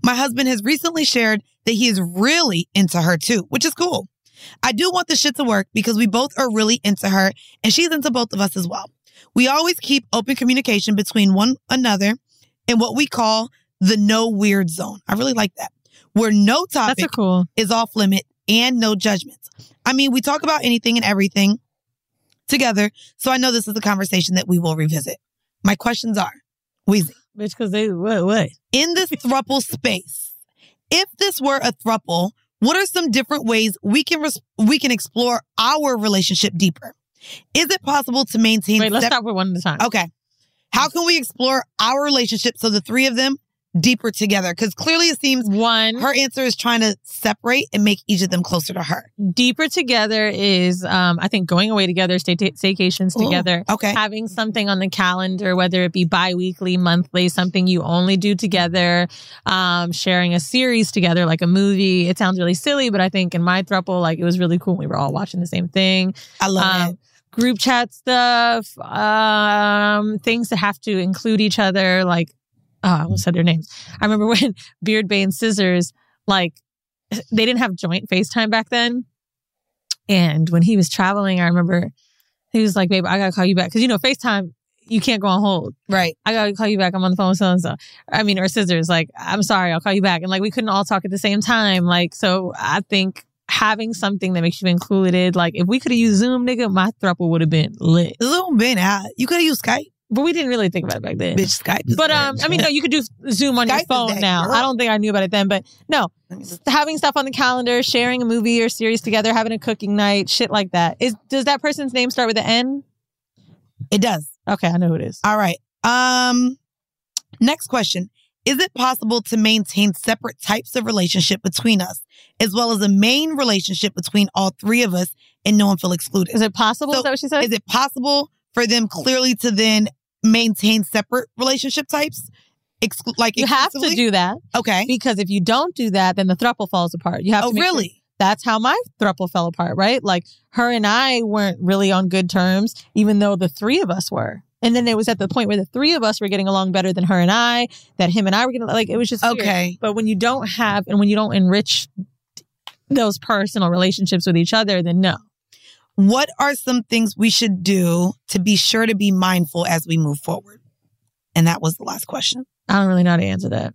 [SPEAKER 2] My husband has recently shared that he is really into her too, which is cool. I do want the shit to work because we both are really into her and she's into both of us as well. We always keep open communication between one another in what we call the no weird zone. I really like that. Where no topic is off limit and no judgments. I mean, we talk about anything and everything together, so I know this is a conversation that we will revisit. My questions are, Weezy.
[SPEAKER 3] Bitch, because they, what, what?
[SPEAKER 2] In this thruple space, if this were a thruple, what are some different ways we can res- we can explore our relationship deeper? Is it possible to maintain?
[SPEAKER 3] Wait, let's
[SPEAKER 2] sep-
[SPEAKER 3] start with one at a time.
[SPEAKER 2] Okay. How can we explore our relationship so the three of them deeper together? Because clearly it seems
[SPEAKER 3] one
[SPEAKER 2] her answer is trying to separate and make each of them closer to her.
[SPEAKER 3] Deeper together is, um, I think, going away together, stay staycations
[SPEAKER 2] Ooh,
[SPEAKER 3] together.
[SPEAKER 2] okay.
[SPEAKER 3] Having something on the calendar, whether it be bi weekly, monthly, something you only do together, um, sharing a series together, like a movie. It sounds really silly, but I think in my throuple, like it was really cool. We were all watching the same thing.
[SPEAKER 2] I love
[SPEAKER 3] um, Group chat stuff, um, things that have to include each other, like oh, I almost said their names. I remember when Beard Bay and Scissors, like, they didn't have joint FaceTime back then. And when he was traveling, I remember he was like, babe, I gotta call you back. Cause you know, FaceTime, you can't go on hold.
[SPEAKER 2] Right.
[SPEAKER 3] I gotta call you back. I'm on the phone with so and so. I mean, or Scissors, like, I'm sorry, I'll call you back. And like, we couldn't all talk at the same time. Like, so I think having something that makes you included, like, if we could have used Zoom, nigga, my throuple would have been lit.
[SPEAKER 2] Zoom been out. You could have used Skype.
[SPEAKER 3] But we didn't really think about it back then.
[SPEAKER 2] Bitch, Skype. is
[SPEAKER 3] But um,
[SPEAKER 2] dead.
[SPEAKER 3] I mean, no, you could do Zoom on
[SPEAKER 2] Skype
[SPEAKER 3] your
[SPEAKER 2] is
[SPEAKER 3] phone
[SPEAKER 2] that
[SPEAKER 3] now.
[SPEAKER 2] girl.
[SPEAKER 3] I don't think I knew about it then, but no, having stuff on the calendar, sharing a movie or series together, having a cooking night, shit like that. Is does that person's name start with an N?
[SPEAKER 2] It does.
[SPEAKER 3] Okay, I know who it is.
[SPEAKER 2] All right. Um next question. Is it possible to maintain separate types of relationship between us, as well as a main relationship between all three of us and no one feel excluded? Is
[SPEAKER 3] it possible?
[SPEAKER 2] is that
[SPEAKER 3] what she said?
[SPEAKER 2] Is it possible for them clearly to then maintain separate relationship types? Exclu- like
[SPEAKER 3] You have to
[SPEAKER 2] exclusively?
[SPEAKER 3] do that.
[SPEAKER 2] Okay.
[SPEAKER 3] Because if you don't do that, then the thruple falls apart. You have
[SPEAKER 2] Oh,
[SPEAKER 3] to make sure-
[SPEAKER 2] really?
[SPEAKER 3] That's how my thruple fell apart, right? Like her and I weren't really on good terms, even though the three of us were. And then it was at the point where the three of us were getting along better than her and I, that him and I were getting like it was just weird.
[SPEAKER 2] Okay.
[SPEAKER 3] But when you don't have and when you don't enrich those personal relationships with each other, then no.
[SPEAKER 2] What are some things we should do to be sure to be mindful as we move forward? And that was the last question.
[SPEAKER 3] I don't really know how to answer that.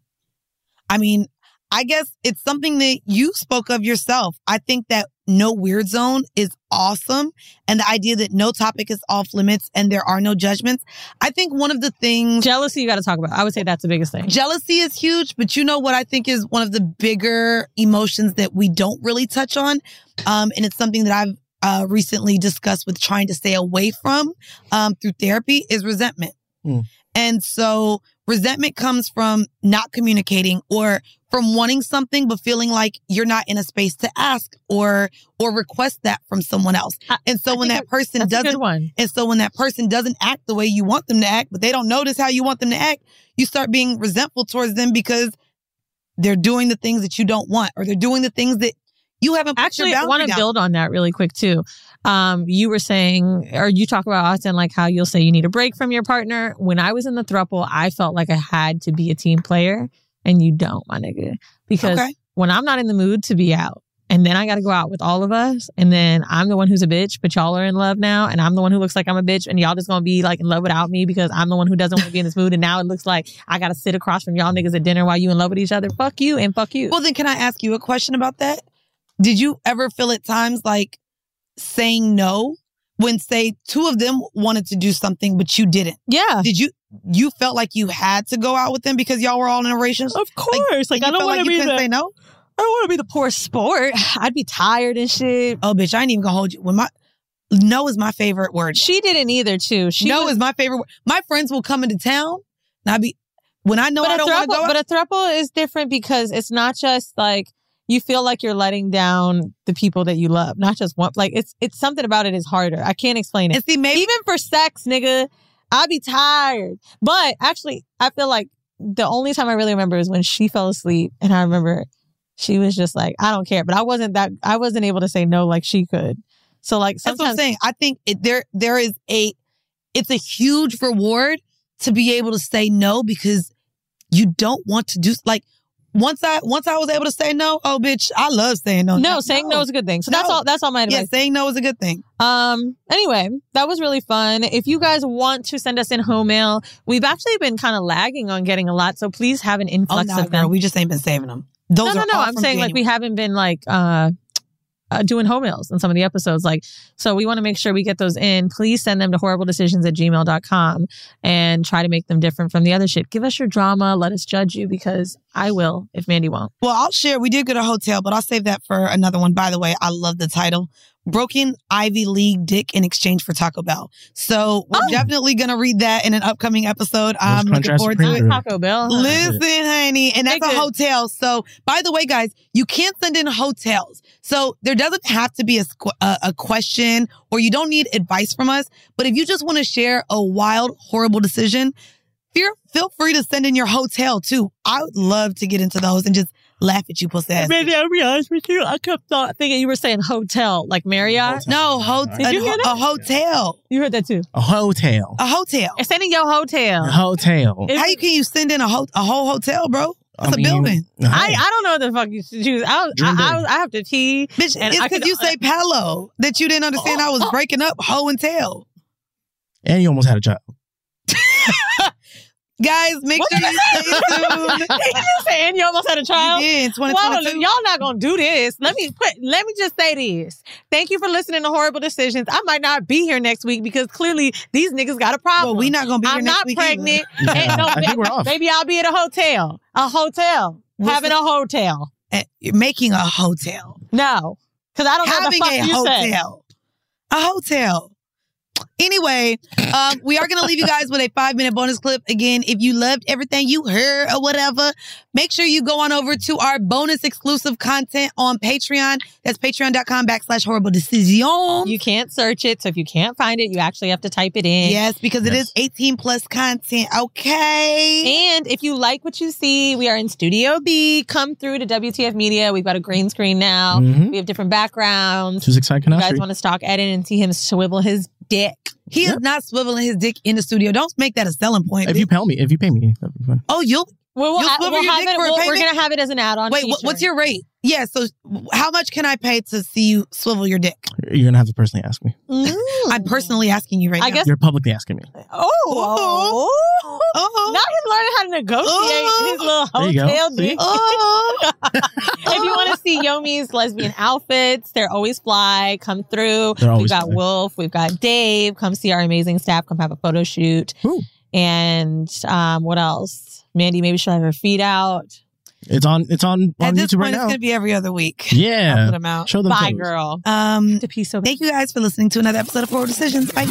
[SPEAKER 2] I mean, I guess it's something that you spoke of yourself. I think that no weird zone is awesome. And the idea that no topic is off limits and there are no judgments. I think one of the things
[SPEAKER 3] jealousy you got to talk about. I would say that's the biggest thing.
[SPEAKER 2] Mm. Jealousy is huge, but you know what I think is one of the bigger emotions that we don't really touch on. Um, and it's something that I've uh, recently discussed with trying to stay away from um, through therapy is resentment.
[SPEAKER 3] Hmm.
[SPEAKER 2] And so resentment comes from not communicating or from wanting something but feeling like you're not in a space to ask or or request that from someone else. and so when that person
[SPEAKER 3] that's a good
[SPEAKER 2] doesn't
[SPEAKER 3] one.
[SPEAKER 2] and so when that person doesn't act the way you want them to act, but they don't notice how you want them to act, you start being resentful towards them because they're doing the things that you don't want or they're doing the things that you haven't put
[SPEAKER 3] actually
[SPEAKER 2] your
[SPEAKER 3] I
[SPEAKER 2] boundary
[SPEAKER 3] want to
[SPEAKER 2] down.
[SPEAKER 3] build on that really quick too. Um, you were saying, or you talk about often, like how you'll say you need a break from your partner. When I was in the thruple, I felt like I had to be a team player, and you don't, my nigga, because
[SPEAKER 2] Okay.
[SPEAKER 3] when I'm not in the mood to be out, and then I got to go out with all of us, and then I'm the one who's a bitch, but y'all are in love now, and I'm the one who looks like I'm a bitch, and y'all just gonna be like in love without me because I'm the one who doesn't want to be in this mood, and now it looks like I gotta sit across from y'all niggas at dinner while you in love with each other. Fuck you and fuck you.
[SPEAKER 2] Well, then, can I ask you a question about that? Did you ever feel at times like saying no when say two of them wanted to do something but you didn't.
[SPEAKER 3] Yeah.
[SPEAKER 2] Did you you felt like you had to go out with them because y'all were all in a relationship?
[SPEAKER 3] Of course. Like, Oh, I don't want to be
[SPEAKER 2] you couldn't
[SPEAKER 3] the,
[SPEAKER 2] say no.
[SPEAKER 3] I don't want to be the poor sport. I'd be tired and shit.
[SPEAKER 2] Oh bitch, I ain't even gonna hold you. When my no is my favorite word.
[SPEAKER 3] She didn't either too. She
[SPEAKER 2] no is my favorite word. My friends will come into town and I be when I know
[SPEAKER 3] but
[SPEAKER 2] I
[SPEAKER 3] a
[SPEAKER 2] don't want to
[SPEAKER 3] throuple,
[SPEAKER 2] go out.
[SPEAKER 3] but a throuple is different because it's not just like you feel like you're letting down the people that you love, not just one. Like it's it's something about it is harder. I can't explain it.
[SPEAKER 2] see, maybe
[SPEAKER 3] even for sex, nigga, I'd be tired. But actually, I feel like the only time I really remember is when she fell asleep, and I remember she was just like, I don't care. But I wasn't that. I wasn't able to say no like she could. So like
[SPEAKER 2] That's what I'm
[SPEAKER 3] sometimes
[SPEAKER 2] saying. I think it, there there is a it's a huge reward to be able to say no because you don't want to do like once I once I was able to say no. Oh, bitch, I love saying no.
[SPEAKER 3] No, saying no is a good thing. So that's all- that's all my
[SPEAKER 2] Yeah,
[SPEAKER 3] advice.
[SPEAKER 2] saying no is a good thing.
[SPEAKER 3] Um. Anyway, that was really fun. If you guys want to send us in home mail, we've actually been kind of lagging on getting a lot, so please have an influx
[SPEAKER 2] oh, nah,
[SPEAKER 3] of them.
[SPEAKER 2] girl, we just ain't been saving them. Those
[SPEAKER 3] no, no,
[SPEAKER 2] are
[SPEAKER 3] no.
[SPEAKER 2] all
[SPEAKER 3] I'm
[SPEAKER 2] from
[SPEAKER 3] saying like we haven't been like uh, uh doing home mails in some of the episodes. Like, so we want to make sure we get those in. Please send them to horrible decisions at gmail.com and try to make them different from the other shit. Give us your drama. Let us judge you because I will if Mandy won't.
[SPEAKER 2] Well, I'll share. We did get a hotel, but I'll save that for another one. By the way, I love the title Broken Ivy League Dick in Exchange for Taco Bell. So we're definitely going to read that in an upcoming episode. I'm looking
[SPEAKER 3] contrasts
[SPEAKER 2] forward to it.
[SPEAKER 3] supreme. Taco Bell, huh?
[SPEAKER 2] Listen, honey. And that's a hotel. So, by the way, guys, you can't send in hotels. So there doesn't have to be a, squ- a, a question or you don't need advice from us. But if you just want to share a wild, horrible decision, Fear, feel free to send in your hotel too. I would love to get into those and just laugh at you, pussy ass.
[SPEAKER 3] Mandy, I'll be honest with you. I kept thought, thinking you were saying hotel, like Marriott.
[SPEAKER 2] No, hotel.
[SPEAKER 3] Did you hear that?
[SPEAKER 2] A hotel.
[SPEAKER 3] You heard that too.
[SPEAKER 4] A hotel.
[SPEAKER 2] A hotel.
[SPEAKER 3] And send in your hotel.
[SPEAKER 4] A hotel.
[SPEAKER 2] How you can you send in a, ho- a whole hotel, bro? That's a
[SPEAKER 4] mean,
[SPEAKER 2] building.
[SPEAKER 3] I, I don't know what the fuck you should choose. I, was,
[SPEAKER 2] Dream
[SPEAKER 3] I,
[SPEAKER 2] big.
[SPEAKER 3] I, was, I have to pee.
[SPEAKER 2] Bitch, it's because you say palo that you didn't understand I was breaking up hoe and tail.
[SPEAKER 4] And you almost had a child.
[SPEAKER 2] Guys, make sure you stay tuned.
[SPEAKER 3] you saying you almost had a child?
[SPEAKER 2] You did, in
[SPEAKER 3] Well, I don't know.
[SPEAKER 2] 2022.
[SPEAKER 3] y'all not gonna do this. Let me quit. Let me just say this. Thank you for listening to Horrible Decisions. I might not be here next week because clearly these niggas got a problem. Well, we
[SPEAKER 2] not gonna be
[SPEAKER 3] I'm
[SPEAKER 2] here next
[SPEAKER 3] not
[SPEAKER 2] week
[SPEAKER 3] pregnant.
[SPEAKER 2] either. Oh.
[SPEAKER 3] And no,
[SPEAKER 2] I think we're off.
[SPEAKER 3] Maybe I'll be at a hotel. A hotel. having a hotel.
[SPEAKER 2] Eh, You're making a hotel.
[SPEAKER 3] No, because I don't
[SPEAKER 2] Having
[SPEAKER 3] know what the fuck
[SPEAKER 2] a
[SPEAKER 3] you said.
[SPEAKER 2] hotel. A hotel. Anyway, um, we are going to leave you guys with a five minute bonus clip. Again, if you loved everything you heard or whatever, make sure you go on over to our bonus exclusive content on Patreon. That's patreon.com backslash horrible decision.
[SPEAKER 3] You can't search it, so if you can't find it, you actually have to type it in.
[SPEAKER 2] Yes, because it is 18 plus content. Okay.
[SPEAKER 3] And if you like what you see, we are in Studio B. Come through to WTF Media. We've got a green screen now.
[SPEAKER 4] Mhm.
[SPEAKER 3] We have different backgrounds.
[SPEAKER 4] Two six five
[SPEAKER 3] you
[SPEAKER 4] Canal
[SPEAKER 3] guys
[SPEAKER 4] Street.
[SPEAKER 3] want to stalk Eden and see him swivel his dick.
[SPEAKER 2] He is not swiveling his dick in the studio. Don't make that a selling point.
[SPEAKER 4] If you pay me, if you pay me, that'd be fun.
[SPEAKER 2] Oh, you'll.
[SPEAKER 3] Well, we'll
[SPEAKER 2] you'll
[SPEAKER 3] ha-
[SPEAKER 2] swivel
[SPEAKER 3] we'll
[SPEAKER 2] your
[SPEAKER 3] have
[SPEAKER 2] dick
[SPEAKER 3] it-
[SPEAKER 2] for a
[SPEAKER 3] we'll- we're
[SPEAKER 2] payment?
[SPEAKER 3] gonna have it as an add-on
[SPEAKER 2] Wait, what,
[SPEAKER 3] feature.
[SPEAKER 2] what's your rate? Yeah, so how much can I pay to see you swivel your dick?
[SPEAKER 4] You're gonna have to personally ask me.
[SPEAKER 3] mm?
[SPEAKER 4] Hmm.
[SPEAKER 2] I'm personally asking you right now. Uh-huh.
[SPEAKER 4] You're publicly asking me.
[SPEAKER 3] Oh, oh, now he's learning how to negotiate his little
[SPEAKER 4] There you go.
[SPEAKER 3] hotel
[SPEAKER 4] See?
[SPEAKER 3] dick.
[SPEAKER 2] Uh-huh.
[SPEAKER 3] if you want to see Yomi's lesbian outfits, they're always fly. Come through. we've
[SPEAKER 4] They're always
[SPEAKER 3] got
[SPEAKER 4] fly.
[SPEAKER 3] Wolf. We've got Dave. Come see our amazing staff. Come have a photo shoot. And um, what else? Mandy maybe she'll have her feet out.
[SPEAKER 4] It's on. It's on on YouTube right now.
[SPEAKER 2] be every other week.
[SPEAKER 4] Yeah.
[SPEAKER 2] I'll put 'em out.
[SPEAKER 4] Show them.
[SPEAKER 2] Bye,
[SPEAKER 4] toes.
[SPEAKER 3] girl.
[SPEAKER 2] Um, thank you guys for listening to another episode of Horrible Decisions. Bye.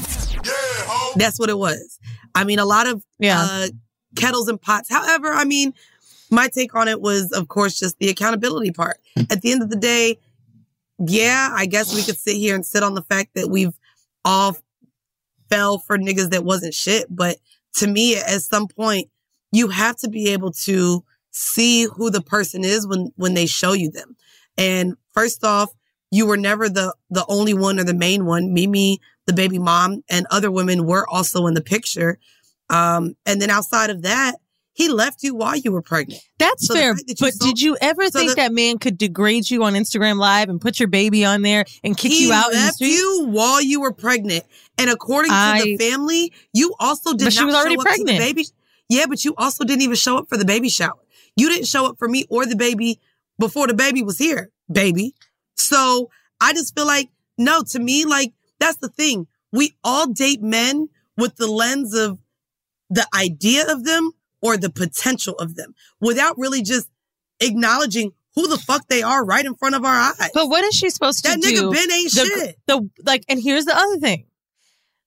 [SPEAKER 2] That's what it was. I mean, a lot of uh, kettles and pots. However, I mean, my take on it was, of course, just the accountability part. At the end of the day, yeah, I guess we could sit here and sit on the fact that we've all fell for niggas that wasn't shit. But to me, at some point, you have to be able to see who the person is when when they show you them. And first off, you were never the the only one or the main one. Mimi, the baby mom, and other women were also in the picture. Um, and then outside of that, he left you while you were pregnant.
[SPEAKER 3] That's
[SPEAKER 2] So the
[SPEAKER 3] fair.
[SPEAKER 2] fact that you
[SPEAKER 3] but
[SPEAKER 2] saw-
[SPEAKER 3] did you ever
[SPEAKER 2] so
[SPEAKER 3] think
[SPEAKER 2] the-
[SPEAKER 3] that man could degrade you on Instagram Live and put your baby on there and kick
[SPEAKER 2] He
[SPEAKER 3] you out? in the
[SPEAKER 2] left
[SPEAKER 3] street?
[SPEAKER 2] you while you were pregnant, and according to
[SPEAKER 3] I-
[SPEAKER 2] the family, you also did
[SPEAKER 3] But
[SPEAKER 2] not
[SPEAKER 3] she was already
[SPEAKER 2] show up
[SPEAKER 3] pregnant.
[SPEAKER 2] to the baby. Yeah, but you also didn't even show up for the baby shower. You didn't show up for me or the baby before the baby was here, baby. So I just feel like no, to me, like that's the thing. we all date men with the lens of the idea of them or the potential of them without really just acknowledging who the fuck they are right in front of our eyes.
[SPEAKER 3] But what is she supposed to
[SPEAKER 2] that
[SPEAKER 3] do?
[SPEAKER 2] nigga Ben ain't
[SPEAKER 3] the,
[SPEAKER 2] shit.
[SPEAKER 3] The like, and here's the other thing.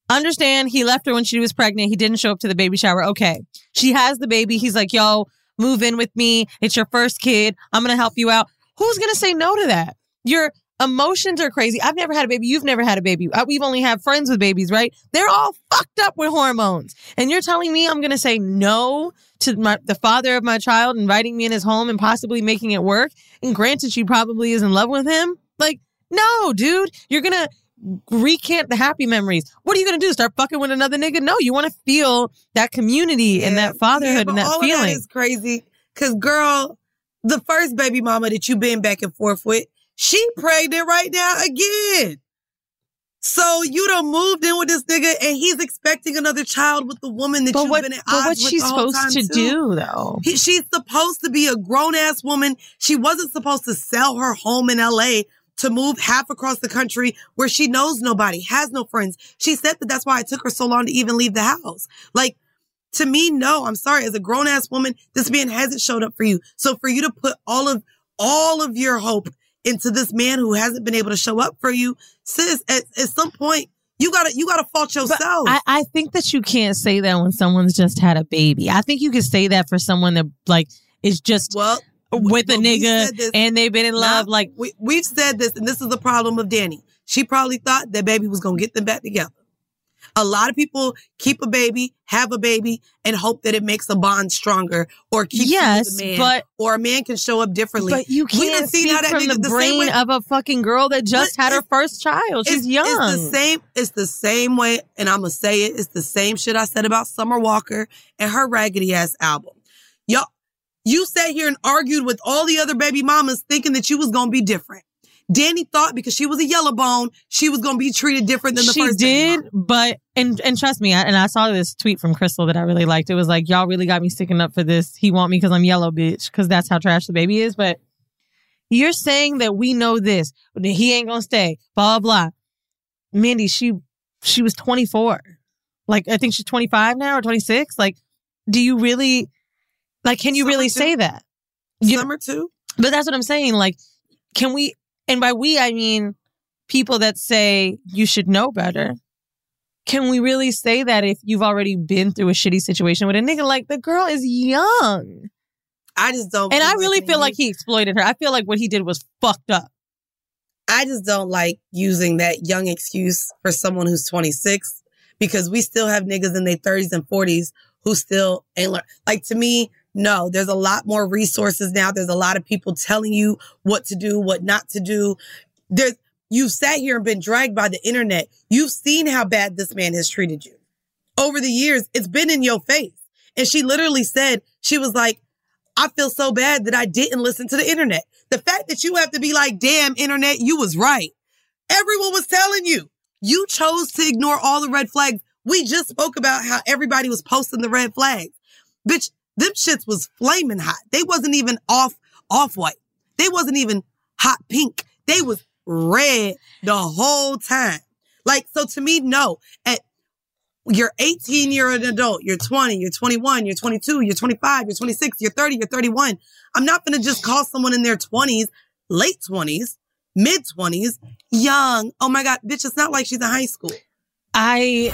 [SPEAKER 3] Understand? He left her when she was pregnant. He didn't show up to the baby shower. Okay, she has the baby. He's like, "Yo, move in with me. It's your first kid. I'm gonna help you out." Who's gonna say no to that? Your emotions are crazy. I've never had a baby. You've never had a baby. I- We've only had friends with babies, right? They're all fucked up with hormones, and you're telling me I'm gonna say no to my, the father of my child inviting me in his home and possibly making it work. And granted, she probably is in love with him. Like, no, dude, you're gonna recant the happy memories. What are you gonna do? Start fucking with another nigga? No, you want to feel that community and that fatherhood and
[SPEAKER 2] But
[SPEAKER 3] that
[SPEAKER 2] all
[SPEAKER 3] feeling.
[SPEAKER 2] of that is crazy. Cause girl, the first baby mama that you've been back and forth with, she pregnant right now again. So you done moved in with this nigga and he's expecting another child with the woman that
[SPEAKER 3] But
[SPEAKER 2] you've
[SPEAKER 3] what-
[SPEAKER 2] been at
[SPEAKER 3] but
[SPEAKER 2] odds
[SPEAKER 3] what's
[SPEAKER 2] with
[SPEAKER 3] she
[SPEAKER 2] the whole
[SPEAKER 3] supposed
[SPEAKER 2] time,
[SPEAKER 3] to
[SPEAKER 2] too.
[SPEAKER 3] do, though?
[SPEAKER 2] He- she's supposed to be a grown ass woman. She wasn't supposed to sell her home in LA to move half across the country where she knows nobody, has no friends. She said that that's why it took her so long to even leave the house. Like, to me, no, I'm sorry. As a grown ass woman, this man hasn't showed up for you. So for you to put all of, all of your hope into this man who hasn't been able to show up for you, sis, at, at some point, you gotta, you gotta fault yourself.
[SPEAKER 3] I, I think that you can't say that when someone's just had a baby. I think you can say that for someone that like is just with a nigga
[SPEAKER 2] Oh, said this-
[SPEAKER 3] and they've been in love.
[SPEAKER 2] Nah,
[SPEAKER 3] like
[SPEAKER 2] we, we've said this, and this is the problem of Danny. She probably thought that baby was gonna get them back together. A lot of people keep a baby, have a baby, and hope that it makes a bond stronger or keeps
[SPEAKER 3] Yes,
[SPEAKER 2] you with a man,
[SPEAKER 3] but-
[SPEAKER 2] or a man can show up differently.
[SPEAKER 3] but you
[SPEAKER 2] We done
[SPEAKER 3] can't
[SPEAKER 2] seen how
[SPEAKER 3] speak
[SPEAKER 2] that
[SPEAKER 3] from
[SPEAKER 2] nigga-
[SPEAKER 3] the
[SPEAKER 2] same
[SPEAKER 3] brain
[SPEAKER 2] way-
[SPEAKER 3] of a fucking girl that just
[SPEAKER 2] But
[SPEAKER 3] had her
[SPEAKER 2] it's-
[SPEAKER 3] first child. She's young.
[SPEAKER 2] It's the same. It's the same way, and I'm gonna say it. It's the same shit I said about Summer Walker and her raggedy ass album. Y'all, you sat here and argued with all the other baby mamas, thinking that you was gonna be different. Danny thought because she was a yellow bone, she was gonna be treated different than the
[SPEAKER 3] she
[SPEAKER 2] first.
[SPEAKER 3] did, but and and trust me, I, and I saw this tweet from Crystal that I really liked. It was like, y'all really got me sticking up for this. He want me because I'm yellow, bitch, because that's how trash the baby is. But you're saying that we know this. that He ain't gonna stay. Blah blah. blah. Mindy, she she was 24. Like I think she's 25 now or 26. Like, do you really? Like, can you really say that?
[SPEAKER 2] Summer too.
[SPEAKER 3] But that's what I'm saying. Like, can we? And by we, I mean people that say you should know better. Can we really say that if you've already been through a shitty situation with a nigga? Like, the girl is young.
[SPEAKER 2] I just don't.
[SPEAKER 3] And
[SPEAKER 2] feel
[SPEAKER 3] I
[SPEAKER 2] like
[SPEAKER 3] really
[SPEAKER 2] when
[SPEAKER 3] feel
[SPEAKER 2] you-
[SPEAKER 3] like he exploited her. I feel like what he did was fucked up.
[SPEAKER 2] I just don't like using that young excuse for someone who's 26 because we still have niggas in their 30s and 40s who still ain't learn. Like to me, no, there's a lot more resources now. There's a lot of people telling you what to do, what not to do. There's you've sat here and been dragged by the internet. You've seen how bad this man has treated you over the years. It's been in your face. And she literally said, she was like, I feel so bad that I didn't listen to the internet. The fact that you have to be like, damn, internet, you was right. Everyone was telling you. You chose to ignore all the red flags. We just spoke about how everybody was posting the red flags. Bitch, them shits was flaming hot. They wasn't even off off white. They wasn't even hot pink. They was red the whole time. Like, so to me, no. At you're 18, you're an adult, you're 20, you're 21, you're 22, you're 25, you're 26, you're 30, you're 31. I'm not going to just call someone in their 20s, late 20s, mid 20s, young. Oh my God, bitch, it's not like she's in high school.
[SPEAKER 3] I.